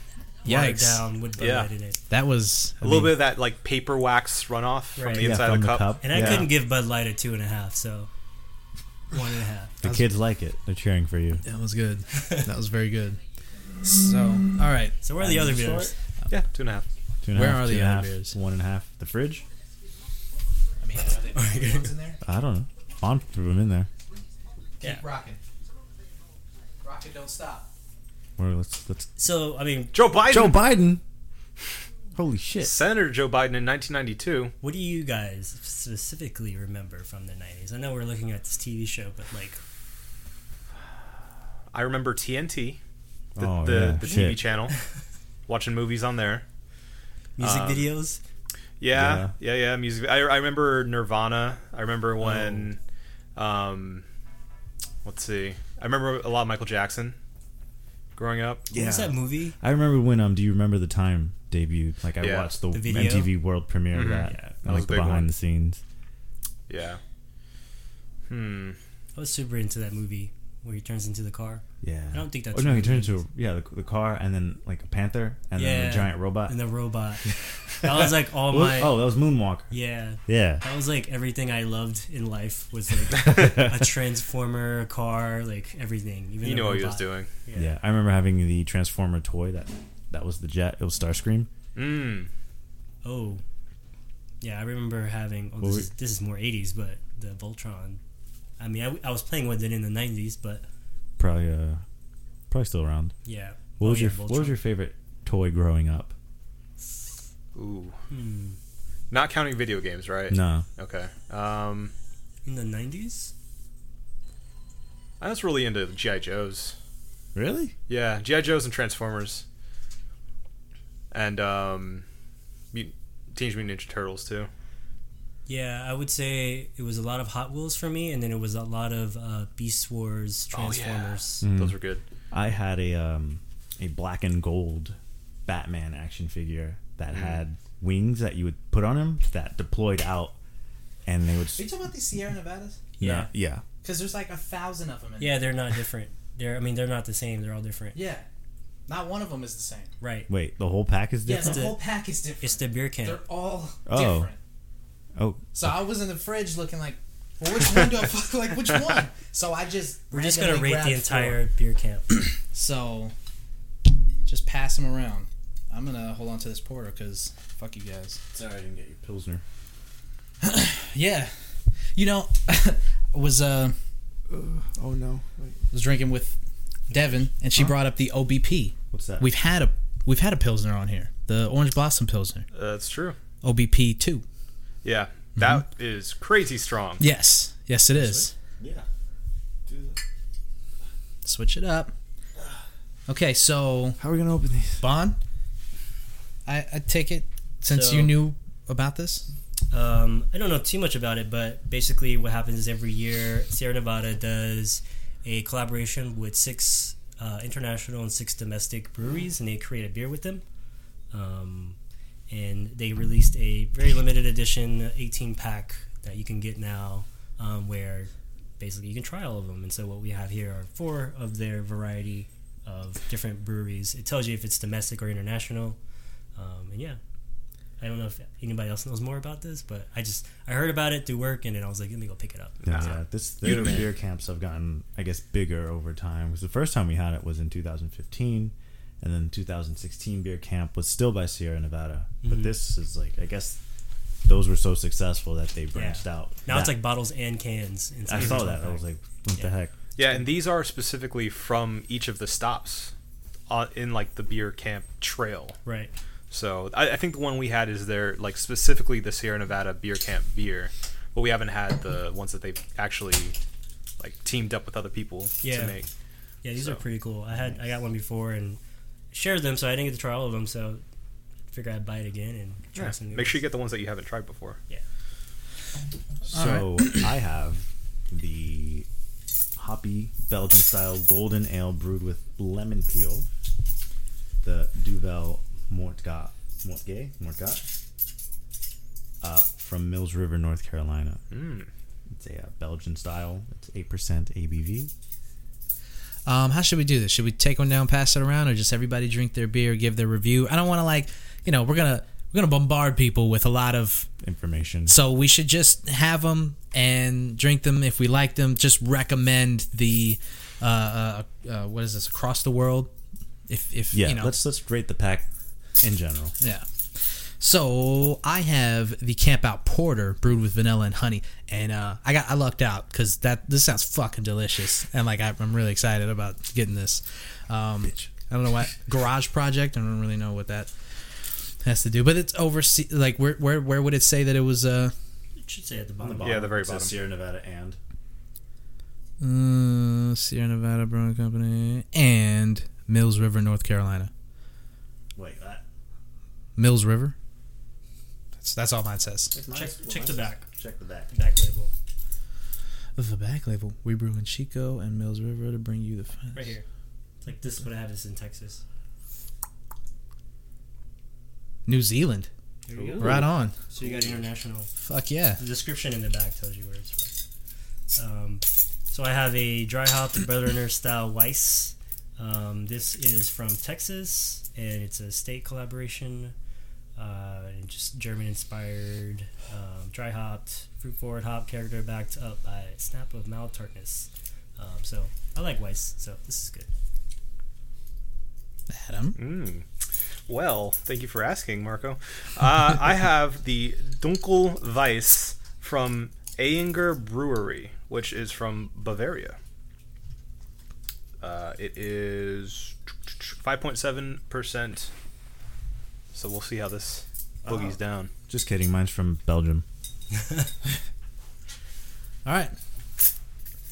watered
yikes.
down with Bud
Yeah.
Light in it.
That was
A little bit of that like paper wax runoff from
Right.
the
Yeah,
inside of
from
the
the
cup.
cup.
And I
Yeah.
couldn't give Bud Light a two and a half, so one and a half.
The kids like it. They're cheering for you.
That was good. *laughs* that was very good. So, all right.
So where are the other
Short.
beers?
Yeah, two and a half.
Two and a
Where
half,
are the
two and a
other
half,
beers?
One and a half. The fridge?
I mean, are there ones in there?
I don't know. Fawn threw them in there.
Yeah.
rocking. Rock it, don't stop.
Well, let's let's.
So I mean,
Joe Biden.
Joe Biden. Holy shit!
Senator Joe Biden in 1992.
what do you guys specifically remember from the '90s? I know we're looking at this TV show, but like,
I remember TNT, the
Oh,
the,
yeah,
the TV
shit. *laughs*
channel, watching movies on there.
music
Uh,
videos.
Yeah, yeah, yeah. music. I, I remember Nirvana. I remember when, um, let's see. I remember a lot of Michael Jackson growing up.
What was that movie?
I remember when um. Do you remember the time debuted? Like I
Yeah.
watched the,
The video?
MTV World premiere of that.
Yeah,
I
was
like
a
the
big
behind
one.
the scenes.
Yeah. Hmm.
I was super into that movie where he turns into the car.
Yeah.
I don't think that's
Oh no,
from
he
the
turned into a, yeah the, the car and then like a panther and then
Yeah.
a giant
Uh.
robot.
And the robot.
*laughs*
that was like all
What was-
my.
oh, that was Moonwalker.
Yeah, *laughs*
Yeah. *laughs*
that was like everything I loved in life was like
*laughs*
a transformer, a car, like everything. Even
You
the
knew what he
robot.
was doing.
yeah, I remember having the Transformer toy that that was the jet. It was Starscream.
Hmm.
Oh, yeah, I remember having. Oh,
What
this,
were-
is, this is more '80s, but the Voltron. I mean, I, I was playing with it in the '90s, but
Probably uh, probably still around.
yeah.
What
Oh,
was
yeah,
your What was
Voltron.
your favorite toy growing up?
Ooh.
Hmm.
Not counting video games, right?
No,
Okay. Um,
in the '90s?
I was really into GI Joes.
really?
Yeah, GI Joes and Transformers, and um, Mut- Teenage Mutant Ninja Turtles too.
Yeah, I would say it was a lot of Hot Wheels for me, and then it was a lot of uh, Beast Wars,
Oh,
Transformers.
Mm,
Those were good.
I had a um, a black and gold Batman action figure that had wings that you would put on him that deployed out, and they would. s-
talking about these Sierra Nevadas?
Yeah.
no, yeah.
Because there's like a thousand of them. In
Yeah, they're not different. They're I mean, they're not the same. They're all different.
Yeah. Not one of them is the same.
Right.
Wait, the whole pack is
It's
different.
the-
pack is different.
It's the beer can.
all
Oh. Oh,
So I was in the fridge looking like, well, which one do I fuck? Like,
*laughs*
which one? So I just
We're just gonna
randomly
rate the
grabbed
entire
four.
beer can.
So just pass them around. I'm gonna hold on to this porter because fuck you guys.
sorry, I didn't get your pilsner.
Yeah, you know, *laughs* was uh
Oh no,
was drinking with Devin and she brought up the OBP.
what's that?
We've had a we've had a pilsner on here, the orange blossom pilsner,
Uh, that's true.
OBP two.
Yeah, that is crazy strong.
Yes, yes, it is.
yeah.
Switch it up. Okay, so
How are we gonna open these?
Bon, I, I take it since
So-
you knew about this.
Um, I don't know too much about it, but basically, what happens is every year Sierra Nevada does a collaboration with six uh, international and six domestic breweries, and they create a beer with them. Um, and they released a very limited edition 18 pack that you can get now, um, where basically you can try all of them. And so what we have here are four of their variety of different breweries. It tells you if it's domestic or international, um, and yeah. I don't know if anybody else knows more about this, but I just I heard about it through work, and then I was like, let me go pick it up.
Yeah, this the
You the man.
beer camps have gotten, I guess, bigger over time. Because the first time we had it was in 2015, and then 2016 beer camp was still by Sierra Nevada. But
Mhm.
this is like, I guess, those were so successful that they branched out.
Now it's
That-
like bottles and cans.
I
inside
saw
each
that. I
pack.
was like, what the
Yeah.
heck?
Yeah, and these are specifically from each of the stops on, in like the beer camp trail.
right.
So I, I think the one we had is their like specifically the Sierra Nevada beer camp beer, but we haven't had the ones that they've actually like teamed up with other people
Yeah.
to make.
Yeah, these
So.
are pretty cool. I had I got one before and shared them, so I didn't get to try all of them. So figure I'd buy it again and try
Yeah.
some. New
Make sure you
ones.
get the ones that you haven't tried before.
So
*clears throat*
I have the hoppy Belgian style golden ale brewed with lemon peel, the Duvel Mortgat, Mortgay, Mortgat, uh, from Mills River, North Carolina.
Mm.
It's a uh, Belgian style. It's eight percent ABV.
Um, how should we do this? Should we take one down, pass it around, or just everybody drink their beer, give their review? I don't want to like, you know, we're gonna we're gonna bombard people with a lot of.
Information.
So we should just have them and drink them if we like them. Just recommend the, uh, uh, uh what is this across the world? If if
yeah,
you know,
let's let's rate the pack in general.
yeah. So I have the Camp Out Porter brewed with vanilla and honey, and uh, I got I lucked out because that this sounds fucking delicious, and like I, I'm really excited about getting this. Um, I don't know what garage project. I don't really know what that has to do, but it's oversea. Like where where where would it say that it was? Uh,
It should say at the bottom.
Yeah, the very
It says
bottom.
Sierra Nevada and
uh, Sierra Nevada Brewing Company and Mills River, North Carolina.
wait, that,
Mills River. That's that's all mine says.
Check, check the back
check the back.
back label
The back label. We brew in Chico and Mills River to bring you the. finest.
right here. It's like this is what I have this in Texas.
New Zealand.
There you go.
Right on.
So you got international.
Fuck yeah.
The description in the back tells you where it's from. Um, so I have a dry hop Berliner style Weiss. Um, this is from Texas, and it's a state collaboration, uh, and just German inspired, um, dry hopped, fruit forward hop character backed up by a snap of mild tartness. Um, so I like Weiss, so this is good.
Adam.
Mm. Well, thank you for asking, Marco. Uh, I have the Dunkel Weiss from Ayinger Brewery, which is from Bavaria. Uh, it is 5.7%. So we'll see how this boogies down. *laughs*
Just kidding. Mine's from Belgium.
All right.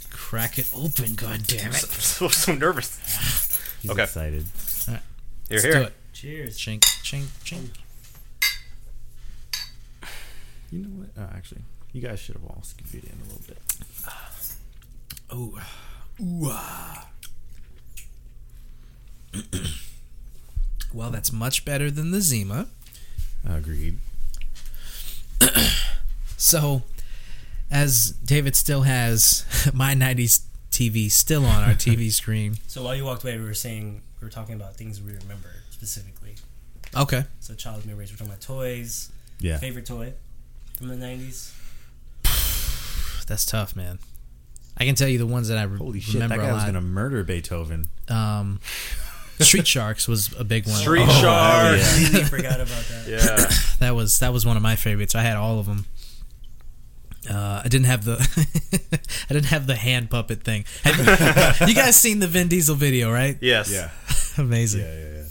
Crack it open, god damn
I'm so, so nervous.
He's
Okay.
excited.
You're
Let's do
here.
it.
Cheers.
Chink, chink, chink.
You know what? Oh, actually, you guys should have all scooted in a little bit.
Oh. Ooh. ah. *clears throat* well, that's much better than the Zima.
Agreed.
So, as David still has *laughs* my 90s TV still on our
*laughs*
TV screen.
So while you walked away, we were saying we were talking about things we remember specifically.
Okay.
So childhood memories. We're talking about toys.
Yeah.
Favorite toy from the nineties.
That's tough, man. I can tell you the ones that I re-
Holy shit!
remember
that guy
a
was
lot.
gonna murder Beethoven. *laughs*
um, Street Sharks was a big one.
Street
Oh,
*laughs* Shark.
yeah.
completely forgot about that.
Yeah.
That was that was one of my favorites. I had all of them. Uh, I didn't have the *laughs* I didn't have the hand puppet thing. Have you, *laughs* you guys seen the Vin Diesel video, right?
Yes.
*laughs*
*laughs* Amazing.
yeah, yeah, yeah.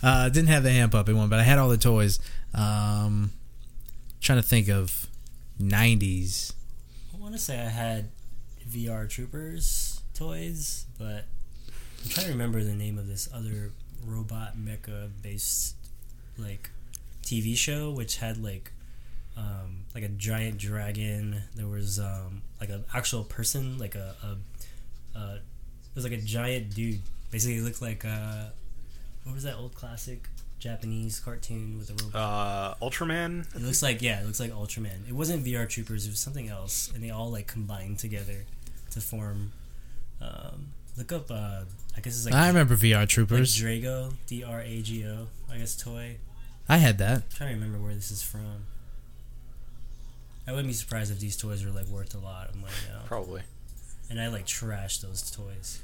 Uh, didn't have the hand puppet one, but I had all the toys. Um, trying to think of '90s.
I want to say I had VR Troopers toys, but I'm trying to remember the name of this other robot mecha based like TV show, which had like um, like a giant dragon. There was um, like an actual person, like a, a, a it was like a giant dude. Basically, it looked like uh, what was that old classic? Japanese cartoon with a robot.
Uh, Ultraman.
It looks like yeah, it looks like Ultraman. It wasn't VR Troopers, it was something else, and they all like combined together to form. Um, look up, uh, I guess it's like
I remember VR
like
Troopers.
Drago, D R A G O, I guess toy.
I had that.
I'm trying to remember where this is from. I wouldn't be surprised if these toys were like worth a lot of money now.
Probably.
And I like trashed those toys.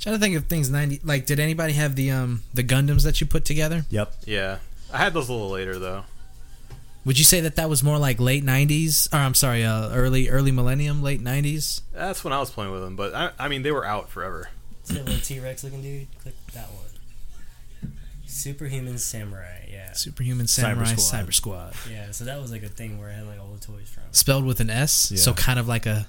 trying to think of things ninety. Like, did anybody have the um the Gundams that you put together?
Yep.
Yeah. I had those a little later though.
Would you say that that was more like late nineties? Or I'm sorry, uh, early early millennium, late nineties.
That's when I was playing with them, but I, I mean they were out forever.
See that little T Rex looking dude? Click that one. Superhuman Samurai, yeah.
Superhuman Samurai Cyber Squad.
Squad.
Yeah, so that was like a thing where I had like all the toys from.
spelled with an S, so
Yeah.
kind of like a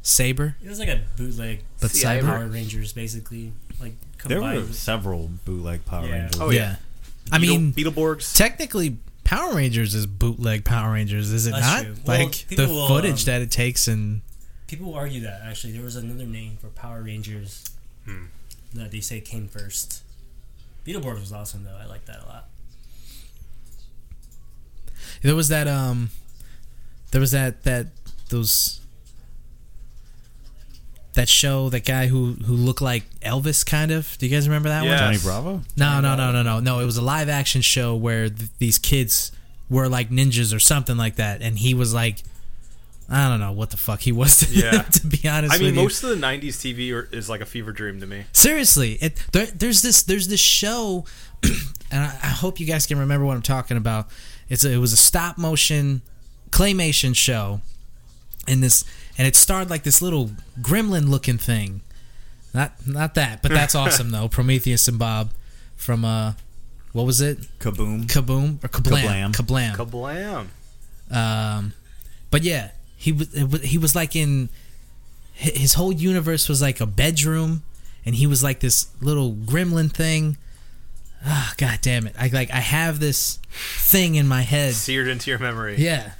saber,
It was like a bootleg
but
See, I
cyber.
Power Rangers, basically. Like
There
combined.
were several bootleg Power
Yeah.
Rangers.
Oh,
yeah.
yeah.
I mean,
Beetle- Beetleborgs.
technically, Power Rangers is bootleg Power Rangers, is it
That's
not?
true. Well,
Like
people
the
will,
footage
um,
that it takes and
People argue that actually there was another name for Power Rangers that they say came first. Beetleborgs was awesome though. I like that a lot.
there was that um, there was that that those that show that guy who who looked like Elvis kind of. Do you guys remember that one?
Yeah.
Johnny
Yes.
Bravo?
No, no, no, no, no, no. It was a live action show where th- these kids were like ninjas or something like that, and he was like, I don't know what the fuck he was. *laughs* To,
Yeah.
to be honest,
I mean,
with you.
most of the '90s TV are, is like a fever dream to me.
seriously, it, there, there's this there's this show, *clears throat* and I, I hope you guys can remember what I'm talking about. It's a, it was a stop motion claymation show, and this and it starred like this little gremlin looking thing. Not not that, but that's awesome though. Prometheus and Bob from uh, what was it?
Kaboom.
Kaboom or Kablam. Kablam.
Kablam!
Um, but yeah, he was it wa- he was like in hi- his whole universe was like a bedroom, and he was like this little gremlin thing. Ah, god damn it! I like I have this thing in my head.
Seared into your memory.
Yeah.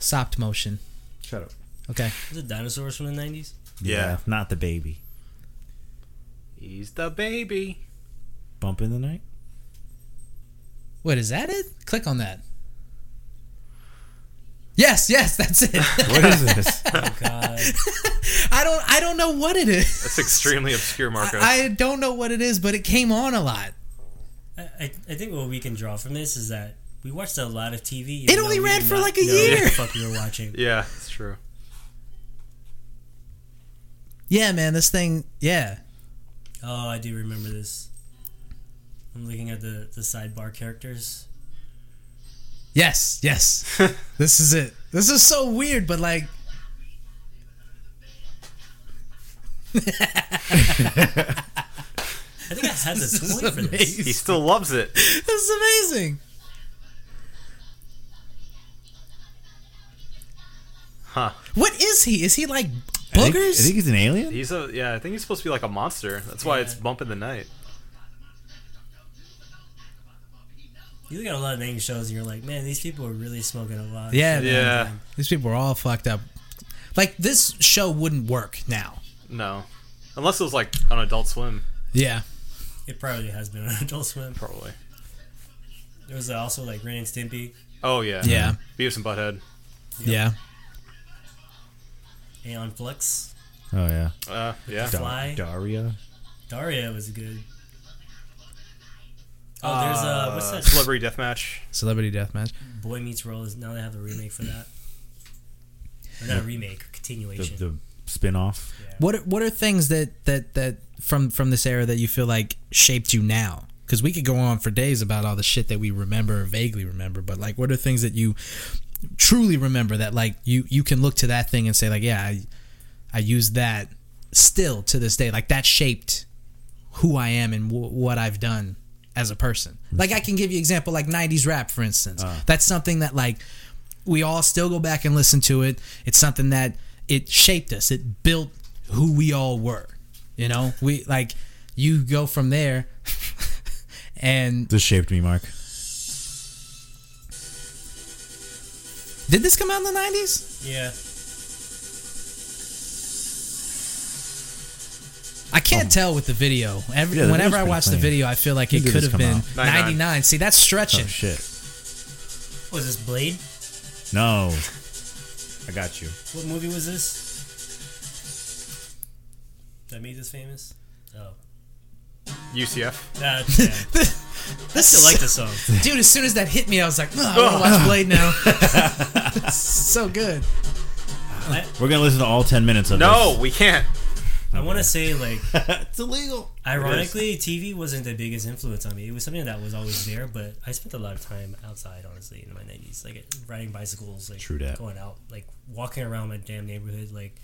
Soft motion.
Shut up.
Okay.
Was it dinosaurs from the nineties?
Yeah.
Not the baby.
He's the baby.
Bump in the night?
What is that? It? Click on that. Yes, yes, that's it. *laughs*
What is *laughs* this?
Oh god.
I don't I don't know what it is. *laughs*
That's extremely obscure, Marco.
I, I don't know what it is, but it came on a lot.
I, I I think what we can draw from this is that we watched a lot of TV.
It
even
only
though we
ran
did
for
not
like a
know what
year.
the fuck we were watching.
yeah, that's true.
Yeah, man, this thing. Yeah,
Oh, I do remember this. I'm looking at the, the sidebar characters.
yes, *laughs* yes. this is it. This is so weird, but like,
I think I
*laughs*
had
*laughs*
the
this is
toy for this.
He
amazing.
still loves it.
This is amazing.
Huh.
What is he? Is he like
I think, I
boogers?
think he's an alien?
He's a yeah. I think he's supposed to be like a monster. That's why it's Bump in the Night.
You look at a lot of dating shows and you're like, man, these people are really smoking a lot.
yeah, man.
Yeah.
These people are all fucked up. Like this show wouldn't work now.
No. Unless it was like on Adult Swim,
Yeah.
It probably has been on *laughs* Adult Swim.
probably.
There was also like Ren and Stimpy
Oh yeah.
Yeah.
Beavis and Butthead.
Yeah.
Aeon Flux.
Oh, yeah.
Uh, yeah.
Dar-
Fly.
Daria?
Daria was good. Oh, there's uh, what's that?
Celebrity Deathmatch.
Celebrity Deathmatch.
Boy Meets World is now they have a remake for that. Or not a remake,
The,
continuation.
the spin off.
What are, What are things that that that from from this era that you feel like shaped you now? Because we could go on for days about all the shit that we remember or vaguely remember, but like, what are things that you truly remember that like you you can look to that thing and say like, yeah, I, I use that still to this day. Like that shaped who I am and w- what I've done as a person.
Mm-hmm.
Like I can give you example like 90s rap for instance.
Uh.
That's something that like we all still go back and listen to it. It's something that it shaped us. It built who we all were. You know, we like you go from there *laughs* and
This shaped me, Mark.
did this come out in the 90s?
yeah.
I can't tell with the video. Every,
Oh. Yeah, the
whenever
video's
I
pretty
watch the
clean.
video, I feel like
When
it
did
could
this
have
come
been
out? 99.
99. See, that's stretching.
Oh shit!
Was this Blade?
No, I got you.
What movie was this? That made this famous? Oh.
UCF.
Uh, yeah.
*laughs*
I still like this song.
Dude, as soon as that hit me, I was like, "Ugh, I want to watch Blade now. It's so good.
We're gonna listen to all ten minutes of
No, we can't.
I want to say, like,
this. No, it's illegal.
ironically, TV wasn't the biggest influence on me. It was something that was always there, but I spent a lot of time outside, honestly, in my 90s. Like, riding bicycles, like,
True dat.
going out, like, walking around my damn neighborhood. Like,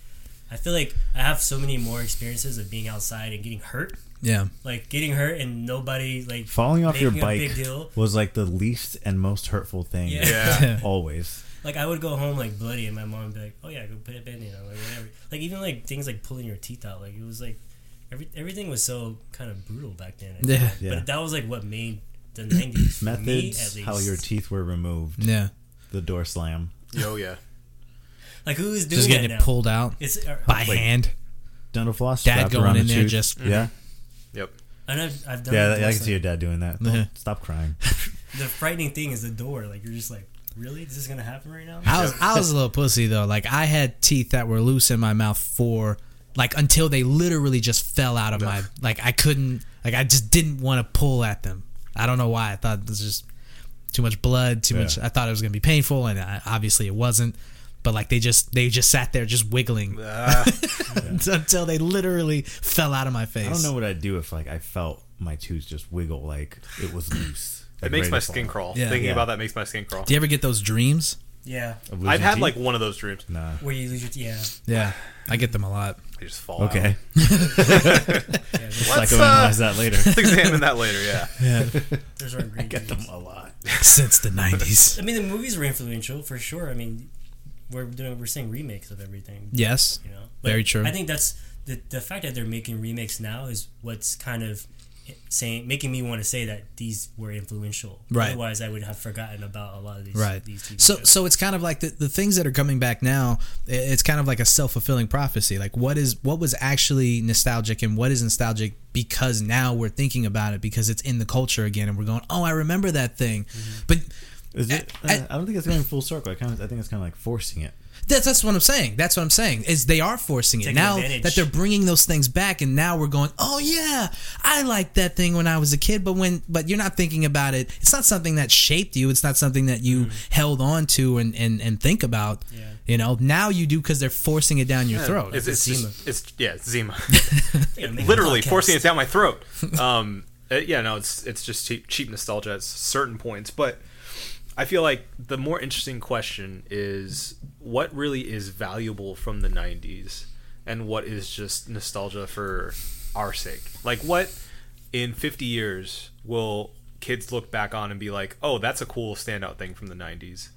I feel like I have so many more experiences of being outside and getting hurt.
Yeah.
Like, getting hurt and nobody, like,
Falling off your
making a big
bike
deal.
was like the least and most hurtful thing.
*laughs*
Yeah. *laughs*
Yeah.
*laughs* Always.
Like I would go home like bloody, and my mom would be like, "Oh yeah, go put a bandaid on, like whatever." Like even like things like pulling your teeth out, like it was like every everything was so kind of brutal back then. I
Yeah.
think.
Yeah.
But that was like what made the nineties for me at
Methods,
least.
how your teeth were removed,
Yeah.
the door slam.
Yo, yeah.
like who is doing
Just getting
that
it
now?
pulled out
It's uh,
by
Wait.
hand.
Dental floss.
Dad
strapped
going
around
in
the
there
tooth.
just- *laughs*
yeah,
Yep.
and I've, I've done
yeah.
it
I can
once,
see your
like,
dad doing that.
Yeah.
Don't- Stop crying.
The frightening thing is the door. Like you're just like, really, this is gonna happen right now?
I was, I was a little pussy though. Like I had teeth that were loose in my mouth for like until they literally just fell out of my like I couldn't like I just didn't want to pull at them. I don't know why. I thought this was just too much blood, too much.
Yeah.
I thought it was gonna be painful, and I, obviously it wasn't. But like they just they just sat there just wiggling
Ah,
*laughs* until they literally fell out of my face.
I don't know what I'd do if like I felt my tooth just wiggle like it was loose.
it
like,
makes
ready
my
to fall.
skin crawl.
Yeah.
Thinking
Yeah.
about that makes my skin crawl.
Do you ever get those dreams?
yeah,
Of losing
I've had
teeth?
like one of those dreams.
nah.
where you lose your teeth. Yeah,
Yeah, I get them a lot. *laughs*
They just fall. out.
Okay, *laughs*
yeah. There's,
Let's, uh,
psychoanalyze that later.
*laughs* let's examine that later.
*laughs*
Yeah.
*laughs*
there's our great.
Get
dreams.
them a lot.
Since the nineties,
I mean, the movies were influential for sure. I mean, we're doing we're seeing remakes of everything.
yes,
you know
Very true.
i think that's the, the fact that they're making remakes now is what's kind of saying making me want to say that these were influential
Right.
otherwise i would have forgotten about a lot of these
right
these TV
so
shows.
so it's kind of like the, the things that are coming back now i- it's kind of like a self-fulfilling prophecy like what is what was actually nostalgic and what is nostalgic because now we're thinking about it because it's in the culture again and we're going oh i remember that thing but
Is it? uh,
I-
I, don't think it's going full circle. I kind of, I think it's kind of like forcing it.
that's, that's what i'm saying that's what i'm saying is they are forcing it
Taking
now
advantage.
that they're bringing those things back and now we're going oh yeah i liked that thing when i was a kid but when but you're not thinking about it it's not something that shaped you it's not something that you held on to and and, and think about
Mm-hmm. Yeah.
you know now you do because they're forcing it down your throat
It's, it's,
Oh, Zima.
just- it's- yeah, it's Zima.
*laughs* Yeah, make a
Literally
podcast.
forcing it down my
*laughs*
throat. Um, uh, yeah, no, it's it's just cheap, cheap nostalgia at certain points, but I feel like the more interesting question is what really is valuable from the '90s, and what is just nostalgia for our sake. Like, what in 50 years will kids look back on and be like, "Oh, that's a cool standout thing from the '90s."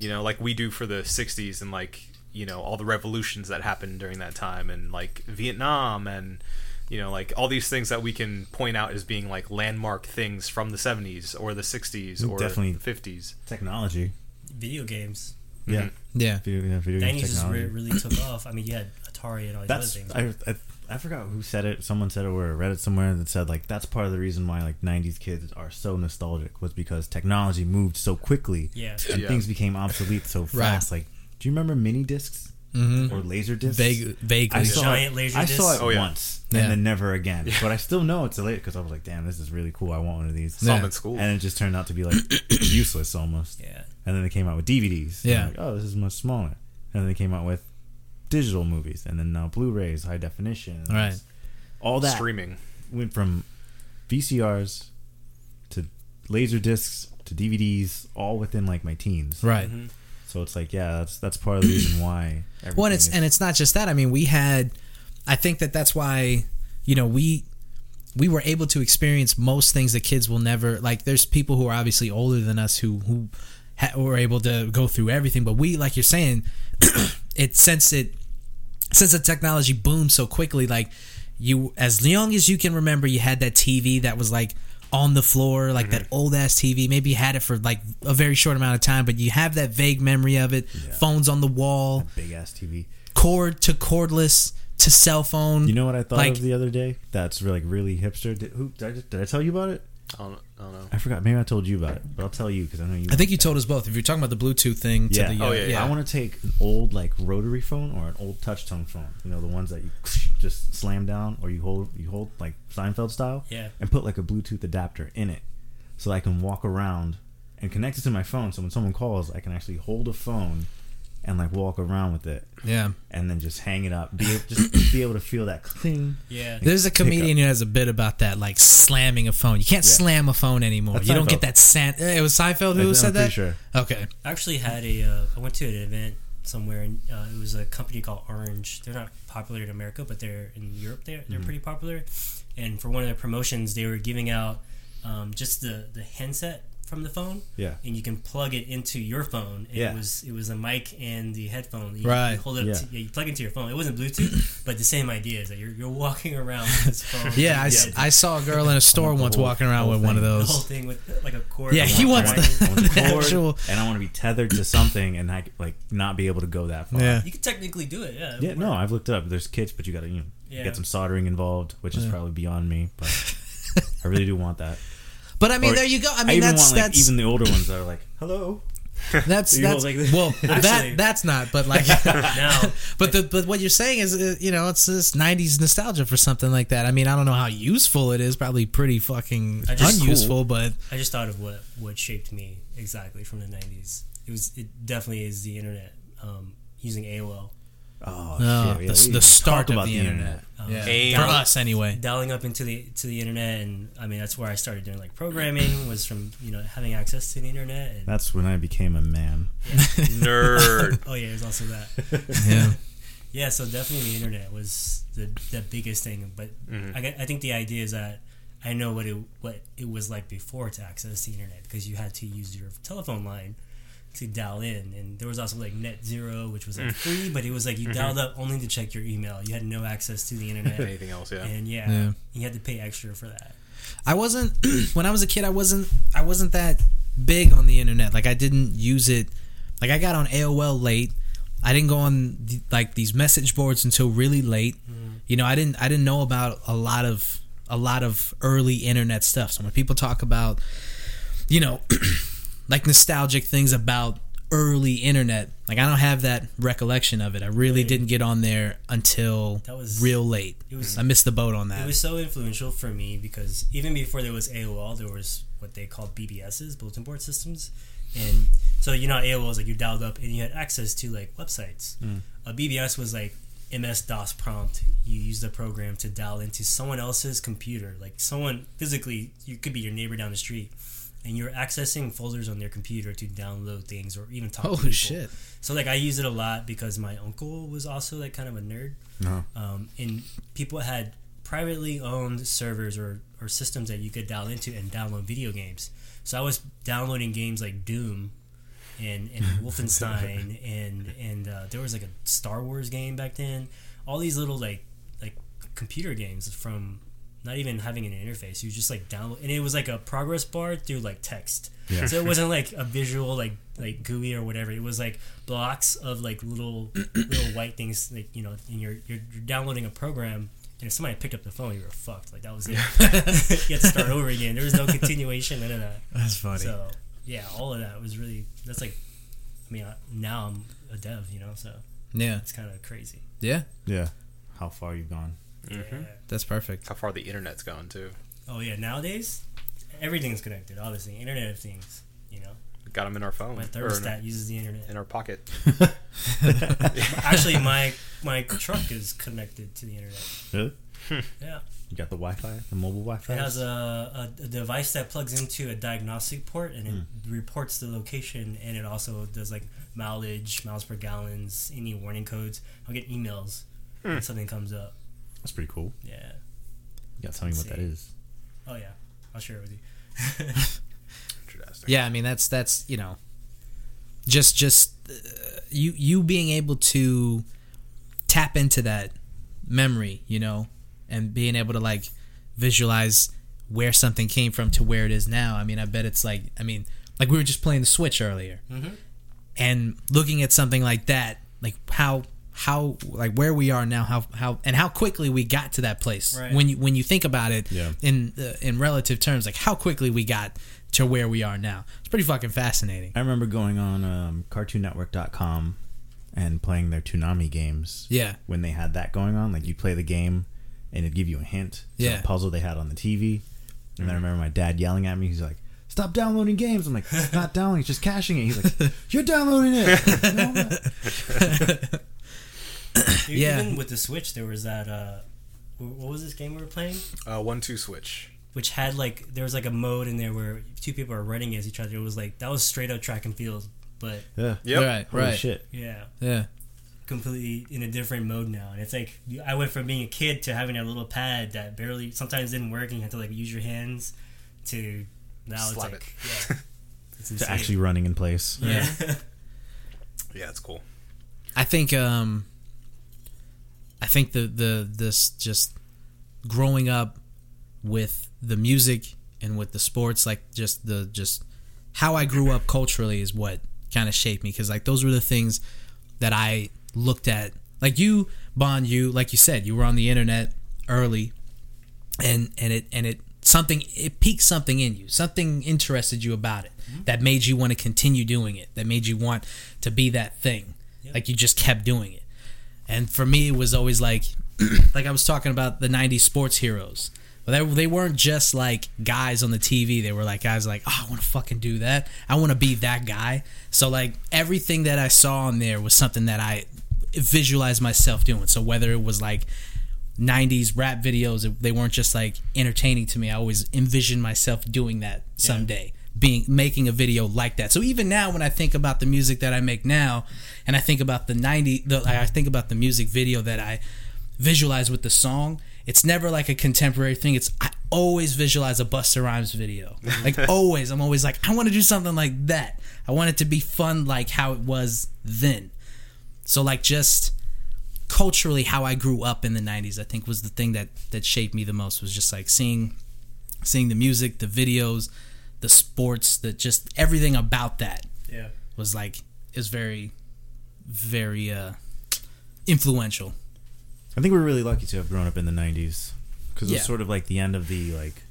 you know, like we do for the 60s and like, you know, all the revolutions that happened during that time and like Vietnam and, you know, like all these things that we can point out as being like landmark things from the 70s or the 60s or
Definitely.
the 50s.
Technology.
video games
Mm-hmm.
Yeah.
yeah
Video, yeah, video game
90s is where
technology.
it really took off i mean you had atari and all these
that's
other things
I, I I forgot who said it. Someone said it or I read it somewhere that said like that's part of the reason why like '90s kids are so nostalgic was because technology moved so quickly
yeah
and
Yeah.
things became obsolete so fast. Like, do you remember mini discs or laser discs?
Mm-hmm. Vague, vaguely
I saw
Giant
it,
laser
I
discs.
saw it
Oh, yeah.
once
Yeah.
and then never again. But I still know it's later because I was like, damn, this is really cool. I want one of these.
Some
Yeah.
in school.
And it just turned out to be like *coughs* useless almost.
yeah
And then they came out with DVDs. And
Yeah.
like, oh, this is much smaller. And then they came out with digital movies and then now Blu-rays, high definition. and
Right.
All that
Streaming.
went from VCRs to laser discs to DVDs all within like my teens.
Mm-hmm.
right
So it's like, yeah, that's that's part of the
*clears throat*
reason why. everything
well and it's
is-
and it's not just that i mean we had i think that that's why you know we we were able to experience most things that kids will never like there's people who are obviously older than us who who ha- were able to go through everything but we like you're saying *clears throat* it since it since the technology boomed so quickly, like you as young as you can remember, you had that TV that was like on the floor, like that
Mm-hmm.
old ass TV. Maybe you had it for like a very short amount of time, but you have that vague memory of it. Phones on the wall,
big ass TV.
cord to cordless. to cell phone.
You know what I thought
Like-
of the other day? That's really, like really hipster. Did, who, did, I, just- did I tell you about it?
I don't, I don't know.
I forgot. Maybe I told you about it, but I'll tell you because I know you.
I think you told us both. If you're talking about the Bluetooth thing, to
Yeah.
the,
Oh, yeah, yeah.
I want to take an old like rotary phone or an old touch tone phone. You know the ones that you *laughs* just slam down or you hold you hold like Seinfeld style.
Yeah.
And put like a Bluetooth adapter in it, so that I can walk around and connect it to my phone. So when someone calls, I can actually hold a phone and like walk around with it,
yeah.
and then just hang it up. Be able,
*coughs*
just be able to feel that cling.
Yeah.
There's a
Pickup.
comedian who has a bit about that, like slamming a phone. You can't
Yeah.
slam a phone anymore.
That's
you don't
Seinfeld.
get that. San- Eh, it was Seinfeld who
I'm
said
pretty
that.
sure.
Okay,
I actually had a. Uh, I went to an event somewhere, and uh, it was a company called Orange. They're not popular in America, but they're in Europe. They're
Mm-hmm.
they're pretty popular. And for one of their promotions, they were giving out um, just the the handset from the phone,
Yeah.
and you can plug it into your phone. And
Yeah.
It was it was a mic and the headphone. You,
Right.
You hold it up
Yeah.
To, yeah, you plug it into your phone. It wasn't Bluetooth, but the same idea is that you're you're walking
*laughs*
around with this phone.
yeah, I, s- I saw a girl in a store
want the
once
whole-
walking around with one
*laughs*
of
the whole
those.
thing with like a cord.
Yeah, he wants
I want- I
the,
want to
*laughs* the
cord,
actual.
and I want to be tethered to something, and I like not be able to go that far.
Yeah,
You could technically do it. Yeah. it
Yeah,
would
no,
work.
I've looked it up. There's kits, but you gotta you know,
Yeah.
get some soldering involved, which is probably beyond me.
*laughs*
But I really do want that.
but I mean,
Or-
there you go. I
I,
mean,
even
that's
want like
that's
even the older ones that are like, "Hello." *laughs*
that's
you
that's
hold like this.
well, that
Actually-
that's not. But like,
*laughs*
*laughs*
Now,
but the but what you're saying is, uh, you know, it's this '90s nostalgia for something like that. I mean, I don't know how useful it is. Probably pretty fucking
I just-
unuseful, but
I just thought of what what shaped me exactly from the '90s. It was it definitely is the internet um, using AOL,
Oh,
No,
shit. Yeah,
uh, the,
we
the
even
start
talked
of the, internet. Yeah.
Hey,
For
um,
us, anyway.
dialing up into the to the internet, and I mean that's where I started doing like programming was from you know having access to the internet. And,
That's when I became a man. *laughs*
Nerd.
oh yeah, there's also
*laughs*
that.
Yeah.
Yeah, so definitely the internet was the the biggest thing. But
Mm-hmm.
I, get- I think the idea is that I know what it what it was like before to access the internet because you had to use your telephone line to dial in, and there was also like Net Zero, which
Mm.
was like free, but it was like you
Mm-hmm.
dialed up only to check your email. You had no access to the internet,
*laughs* Anything else? Yeah.
and yeah,
Yeah.
you had to pay extra for that.
I wasn't *clears throat* when I was a kid. I wasn't. I wasn't that big on the internet. Like I didn't use it. Like I got on AOL late. I didn't go on the, like these message boards until really late.
Mm-hmm.
You know, I didn't. I didn't know about a lot of a lot of early internet stuff. So when people talk about, you know, *clears throat* like nostalgic things about early internet, like I don't have that recollection of it. I really didn't get on there until
That was-
real late.
it was-
I missed the boat on that.
It was so influential for me because even before there was AOL, there was what they called BBSs, bulletin board systems, and so you know AOL was like you dialed up and you had access to like websites.
Mm.
A BBS was like MS DOS prompt. You used a program to dial into someone else's computer, like someone physically. You could be your neighbor down the street, and you're accessing folders on their computer to download things or even talk. to
Holy
people.
shit.
So like I use it a lot because my uncle was also like kind of a nerd, um, and people had privately owned servers or, or systems that you could dial into and download video games. So I was downloading games like Doom and, and Wolfenstein and and uh, there was like a Star Wars game back then. All these little like like computer games from not even having an interface. You just like download and it was like a progress bar through like text.
Yeah.
So it wasn't like a visual like like GUI or whatever. It was like blocks of like little little white things like you know and you're you're, you're downloading a program and if somebody picked up the phone you were fucked. Like that was it. *laughs* you had to start over again. There was no continuation, none of that.
That's funny.
So yeah, all of that was really that's like, I mean, I, now I'm a dev, you know, so
yeah.
it's kind of crazy.
Yeah.
Yeah. How far you've gone?
Yeah.
That's perfect.
How far the internet's gone too.
Oh yeah, nowadays everything's connected. Obviously, Internet of Things. You know,
We got them in our phone.
my
or in,
thermostat uses the
*laughs*
internet.
in our pocket.
Actually, my my truck is connected to the internet.
Really?
Yeah,
You got the Wi-Fi, the mobile Wi-Fi.
it has a, a, a device that plugs into a diagnostic port and it reports the location and it also does like mileage, miles per gallons, any warning codes. I'll get emails when something comes up.
That's pretty cool.
Yeah.
You got to tell me what
See.
that is.
Oh yeah, I'll share it *laughs* with you.
Interesting.
Yeah, I mean that's that's you know, just just uh, you you being able to tap into that memory, you know, and being able to like visualize where something came from to where it is now. I mean, I bet it's like I mean, like we were just playing the Switch earlier, and looking at something like that, like how how like where we are now, how how and how quickly we got to that place.
Right.
When you when you think about it
Yeah.
in uh, in relative terms, like how quickly we got to where we are now. It's pretty fucking fascinating.
I remember going on um, CartoonNetwork.com and playing their Toonami games.
Yeah.
When they had that going on, like you play the game and it'd give you a hint to
Yeah. Mm-hmm.
the puzzle they had on the TV. And I remember my dad yelling at me. He's like, "Stop downloading games." I'm like, "It's
*laughs*
"Not downloading, it's just caching it." He's like, "You're downloading it." No, I'm not.
Dude,
Yeah.
Even with the Switch, there was that. Uh, wh- what was this game we were playing?
Uh, one two switch.
Which had like there was like a mode in there where two people are running against each other. It was like that was straight up track and field, but
yeah.
Yep.
Right.
Holy
right.
shit.
yeah,
Yeah.
completely in a different mode now. And it's like you- I went from being a kid to having a little pad that barely sometimes didn't work, and you had to like use your hands to now
Slap
it's like *laughs* yeah,
it.
it's
To
insane.
actually running in place.
Yeah.
Yeah, it's cool.
I think um I think the the this just growing up with the music and with the sports like just the just how I grew up culturally is what kind of shaped me cuz like those were the things that I looked at like you Bond you like you said you were on the internet early and and it and it something it piqued something in you something interested you about it that made you want to continue doing it that made you want to be that thing like you just kept doing it and for me it was always like *clears throat* like i was talking about the 90s sports heroes well, they, they weren't just like guys on the TV. They were like guys like, oh, I want to fucking do that. I want to be that guy. So like everything that I saw on there was something that I visualized myself doing. So whether it was like 90s rap videos they weren't just like entertaining to me i always envisioned myself doing that someday being making a video like that so even now when i think about the music that i make now and i think about the 90 the, i think about the music video that i visualize with the song it's never like a contemporary thing it's i always visualize a buster rhymes video like always i'm always like i want to do something like that i want it to be fun like how it was then so like just culturally how I grew up in the 90s I think was the thing that that shaped me the most was just like seeing seeing the music, the videos, the sports, the just everything about that
yeah.
was like is very very uh influential.
I think we're really lucky to have grown up in the '90s because it
Yeah.
was sort of like the end of the like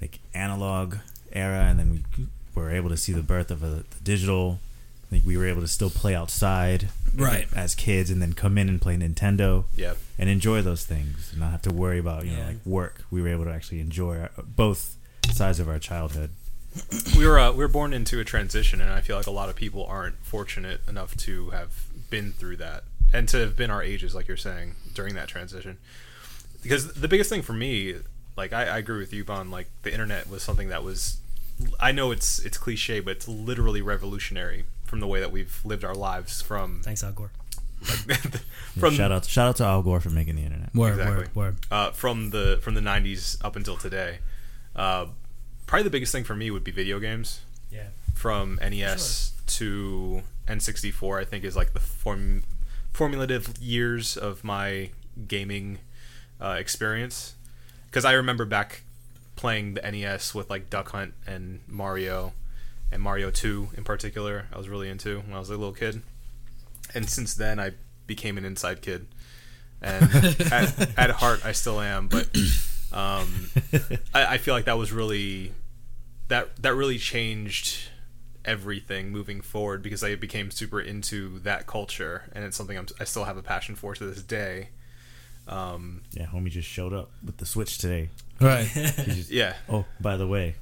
like analog era, and then we were able to see the birth of a, the digital. I think we were able to still play outside,
Right.
as kids, and then come in and play Nintendo
Yep.
and enjoy those things, and not have to worry about you know
Yeah.
like work. We were able to actually enjoy our, both sides of our childhood.
we were uh, we were born into a transition, and I feel like a lot of people aren't fortunate enough to have been through that and to have been our ages, like you're saying, during that transition. Because the biggest thing for me, like I, I agree with you, Bon. Like the internet was something that was, I know it's it's cliche, but it's literally revolutionary from the way that we've lived our lives from *laughs*
Thanks, Al Gore.
like, from
shout out, shout out to Al Gore for making the internet.
Word,
Exactly.
word, word.
uh, from the from the '90s up until today. Uh, probably the biggest thing for me would be video games.
Yeah.
from NES to N64, I think is like the form- formulative years of my gaming uh, experience. Because I remember back playing the NES with like Duck Hunt and Mario, and Mario 2 in particular, I was really into when I was a little kid. And since then, I became an inside kid. And at, at heart, I still am, but um, I, I feel like that was really that that really changed everything moving forward because I became super into that culture and it's something I'm, I still have a passion for to this day. Um,
Yeah, homie just showed up with the Switch today.
*laughs* Right.
He
*laughs*
just-
yeah,
oh, by the way,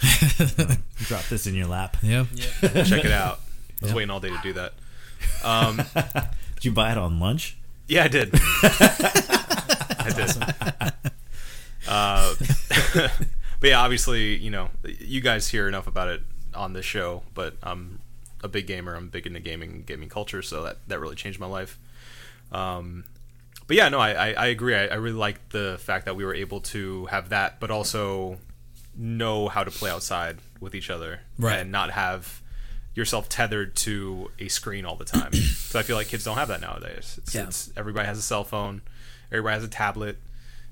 drop this in your lap.
yep.
check it out. I was waiting all day to do that. Um,
Did you buy it on lunch?
yeah, I did. I did. Uh, *laughs* but yeah, obviously, you know, you guys hear enough about it on this show, but I'm a big gamer. I'm big into gaming, gaming culture, so that, that really changed my life. Um, but yeah, no, I, I, I agree. I, I really like the fact that we were able to have that, but also know how to play outside with each other
Right.
and not have yourself tethered to a screen all the time. so I feel like kids don't have that nowadays. It's,
Yeah.
it's, everybody has a cell phone, everybody has a tablet,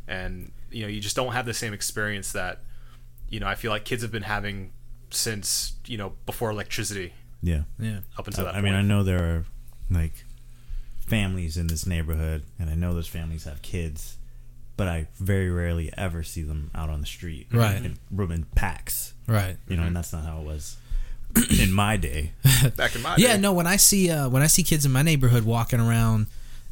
and you know you just don't have the same experience that you know I feel like kids have been having since you know before electricity
Yeah.
Yeah.
up until that
Oh, I mean, I
point.
know there are like families in this neighborhood, and I know those families have kids, but I very rarely ever see them out on the street,
Right.
In, in packs,
Right.
you know, and that's not how it was *coughs* in my day.
Back in my
Yeah,
day.
no. When I see uh, when I see kids in my neighborhood walking around,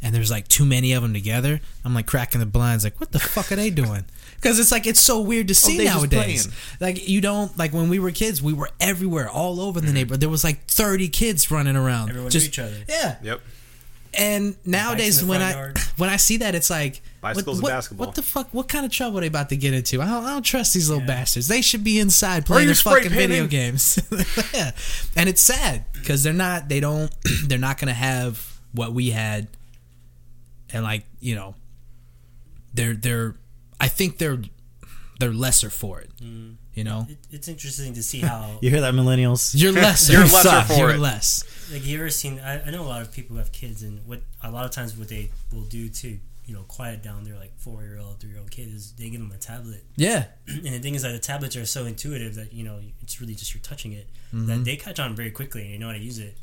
and there's like too many of them together, I'm like cracking the blinds, like what the fuck are they
*laughs*
doing? Because it's like it's so weird
Oh,
to see
they just
nowadays.
playing.
Like you don't like when we were kids, we were everywhere, all over the neighborhood. There was like 30 kids running around,
Mm. Everyone knew
just
each other.
Yeah,
Yep.
and nowadays
the
when I
front yard.
*laughs* when I see that, it's like what-
Bicycles and
what,
basketball.
What the fuck? What kind of trouble they about to get into? I don't, I don't trust these little bastards. They should be inside playing
you
their
spray
fucking video
painting?
games. *laughs* yeah, and it's sad because they're not. They don't. *clears throat* they're not gonna have what we had, and like you know, they're they're. I think they're they're lesser for it.
Mm.
You know,
It, it's interesting to see how
You hear that, millennials?
you're lesser.
*laughs*
*laughs*
You're lesser for
You're
it.
less.
like you ever seen I, I know a lot of people who have kids and what a lot of times what they will do to you know quiet down their like four year old three year old kid is they give them a tablet *clears throat*
Yeah.
and the thing is that the tablets are so intuitive that you know it's really just you're touching it
Mm-hmm.
that they catch on very quickly and they know how to use it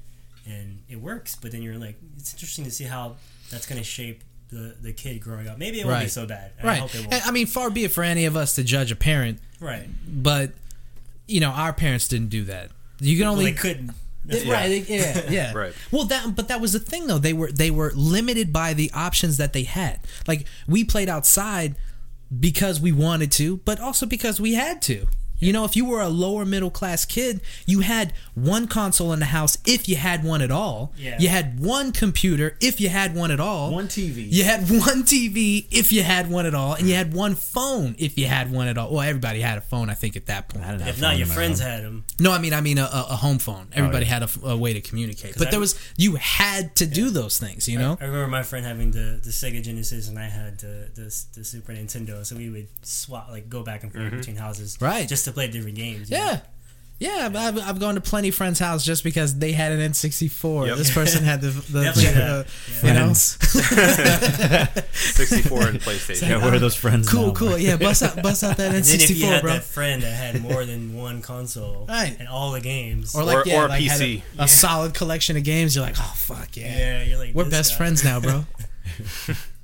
and it works but then you're like it's interesting to see how that's going to shape the, the kid growing up maybe it won't be
Right.
so bad I
Right.
hope it
And,
won't
I mean, far be it for any of us to judge a parent.
right
but you know our parents didn't do that you can
well
only
they couldn't
They- right they- yeah
*laughs*
yeah
Right.
well that but that was the thing though they were they were limited by the options that they had like we played outside because we wanted to but also because we had to you know if you were a lower middle class kid you had one console in the house if you had one at all
Yeah.
you had one computer if you had one at all
One TV.
you had one TV if you had one at all, and you had one phone if you had one at all. Well, everybody had a phone, I think, at that point.
I didn't have
if
fun
not
in
your
my
friends
room.
had them
No, I mean, I mean a, a a home phone.
Oh,
Everybody
yeah.
had a f- a, way to communicate, but
I-
there was you had to do those things, you know.
I remember my friend having the, the Sega Genesis and I had the, the the Super Nintendo, so we would swap like go back and forth between houses,
Right.
Just to play different games. you know?
yeah, yeah. I've, I've, I've gone to plenty friends' house just because they had an N sixty four.
Yep.
This person had
*laughs*
the, the
Definitely
uh,
that.
you know. *laughs*
Friends.
64 and PlayStation.
Yeah, where are those friends?
Cool,
now?
cool. Yeah, bust out, bust out that N
*laughs* And then if
sixty
you
four,
had
bro.
that friend that had
*laughs*
more than one console
Right.
and all the games,
Or like
Or-
yeah,
or a
like had a,
PC.
a solid collection of games. You're like, oh fuck yeah,
yeah, you're like
we're
this
best
guy.
friends now,
*laughs*
bro.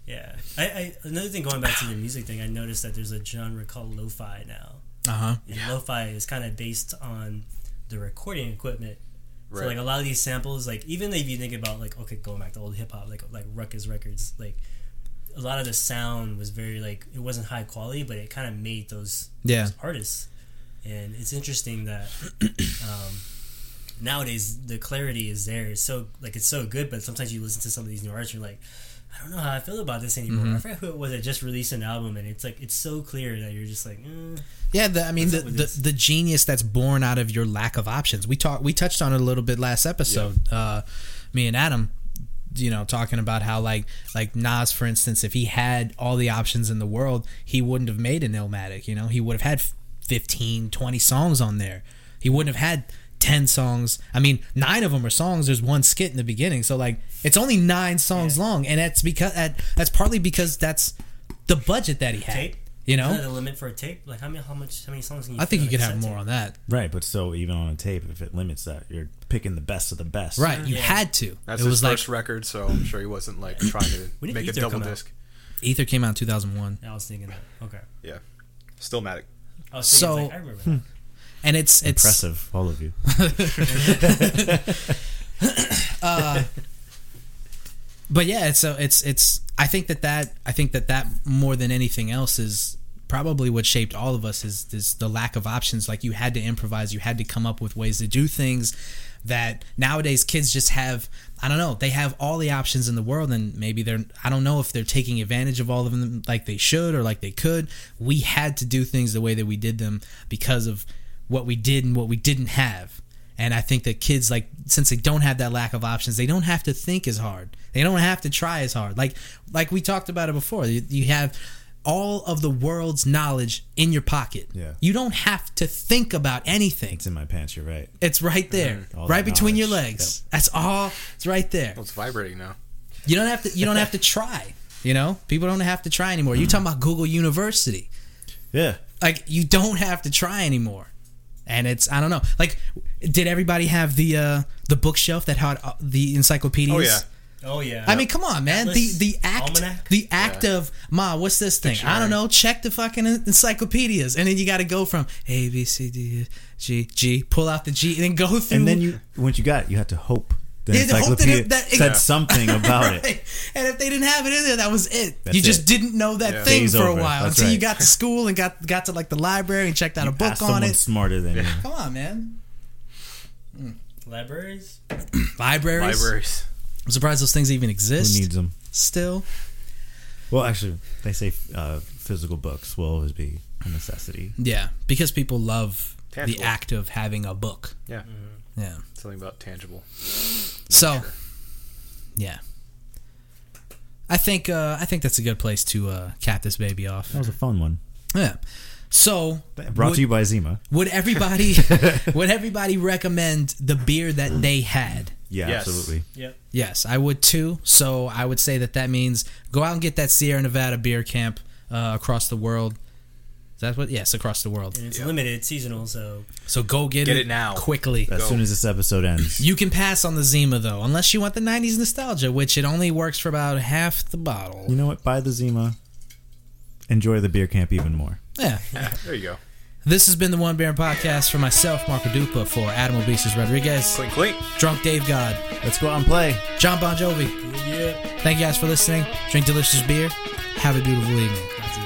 Yeah, I, I another thing going back to the music thing, I noticed that there's a genre called lo-fi now,
uh huh.
and lo-fi is kind of based on the recording equipment So
Right.
like a lot of these samples, like even if you think about like okay, going back to old hip hop, like like Ruckus Records, like a lot of the sound was very like it wasn't high quality, but it kind of made those
Yeah.
those artists. And it's interesting that *coughs* um, nowadays the clarity is there. It's so like it's so good, but sometimes you listen to some of these new artists, and you're like, I don't know how I feel about this anymore. I forget who it was that just released an album, and it's like it's so clear that you're just like, eh.
Yeah, the, I mean the,
up with
the,
this?
the genius that's born out of your lack of options. We talked we touched on it a little bit last episode. Uh, me and Adam, you know, talking about how like like Nas, for instance, if he had all the options in the world, he wouldn't have made an Illmatic. You know, he would have had 15, 20 songs on there. He wouldn't have had. 10 songs. I mean, 9 of them are songs. There's one skit in the beginning. So like it's only 9 songs long and that's because that, that's partly because that's the budget that he had.
tape.
You know?
Isn't that the limit for a tape? Like how many how much how many songs can you?
I think
fit
you could
on a
have
cassette
more
tape?
on that.
Right, but so even on a tape, if it limits that, you're picking the best of the best.
Right, you
Yeah.
had to.
That's
it
his
was like
first record, so I'm sure he wasn't like trying to
When did
make a
Ether
double
come out?
disc.
Ether came out in 2001.
I was thinking that. Okay.
Yeah. Still Matic.
I was thinking,
So- hmm.
like, I remember that.
And it's it's
Impressive, all of you.
But yeah, it's so it's it's I think that that I think that that more than anything else is probably what shaped all of us is this the lack of options like you had to improvise, you had to come up with ways to do things that nowadays kids just have I don't know, they have all the options in the world and maybe they're I don't know if they're taking advantage of all of them like they should or like they could. We had to do things the way that we did them because of what we did and what we didn't have. And I think that kids, like, since they don't have that lack of options, they don't have to think as hard. They don't have to try as hard. Like, like we talked about it before. You, you have all of the world's knowledge in your pocket.
Yeah.
You don't have to think about anything.
It's in my pants. You're right.
It's right there,
All
right
that
between your
knowledge.
legs. That's all. It's right there.
Well, it's vibrating now.
You don't have to. You don't have to try. You know, people don't have to try anymore.
Mm-hmm.
You talking about Google University?
Yeah.
like you don't have to try anymore and it's i don't know like did everybody have the uh the bookshelf that had uh, the encyclopedias
Oh
Oh, yeah.
yeah.
I mean, come on, man.
Atlas,
the the act,
almanac.
the act of ma. What's this thing? I don't
Dictionary.
know. Check the fucking en- encyclopedias, and then you got to go from A B C D E, G G. Pull out the G, and then go through.
and then you once you got it, you had to hope the
You had to hope that
encyclopedia
it- that it-
said
*laughs*
something about it.
Right. And if they didn't have it in there, that was it.
That's
you just
it.
didn't know that
Yeah.
thing
Day's
for a
over.
while
That's
until you
right.
got to school and got got to like the library and checked out a
Ask
book on
someone
it.
smarter than you.
Come on, man.
libraries.
Libraries.
Libraries.
I'm surprised those things even
Who
exist
needs them?
still.
Well, actually, they say uh, physical books will always be a necessity.
Yeah, because people love the
Tangible.
act of having a book.
Yeah.
Yeah.
Something about tangible.
So, yeah. I think uh, I think that's a good place to uh, cap this baby off.
That was a fun one.
Yeah. So
Brought
would-
to you by Zima.
Would everybody would everybody recommend the beer that they had?
Yeah,
Yes.
absolutely.
Yep.
Yes, I would too. So I would say that that means go out and get that Sierra Nevada beer camp uh, across the world. Is that what? Yes, across the world.
And it's limited, seasonal. So
So go get,
Get it now.
quickly.
As
Go.
soon as this episode ends,
You can pass on the Zima though, unless you want the '90s nostalgia, which it only works for about half the
you
bottle.
know what? Buy the Zima. Enjoy the beer camp even more.
Yeah.
There you go.
This has been the One Bear Podcast for myself, Marco Dupa, for Adam Obesis Rodriguez,
Clink, clink.
Drunk Dave God,
Let's go out and play.
John Bon Jovi.
yeah.
Thank you guys for listening. Drink delicious beer. Have a beautiful evening.
That's it.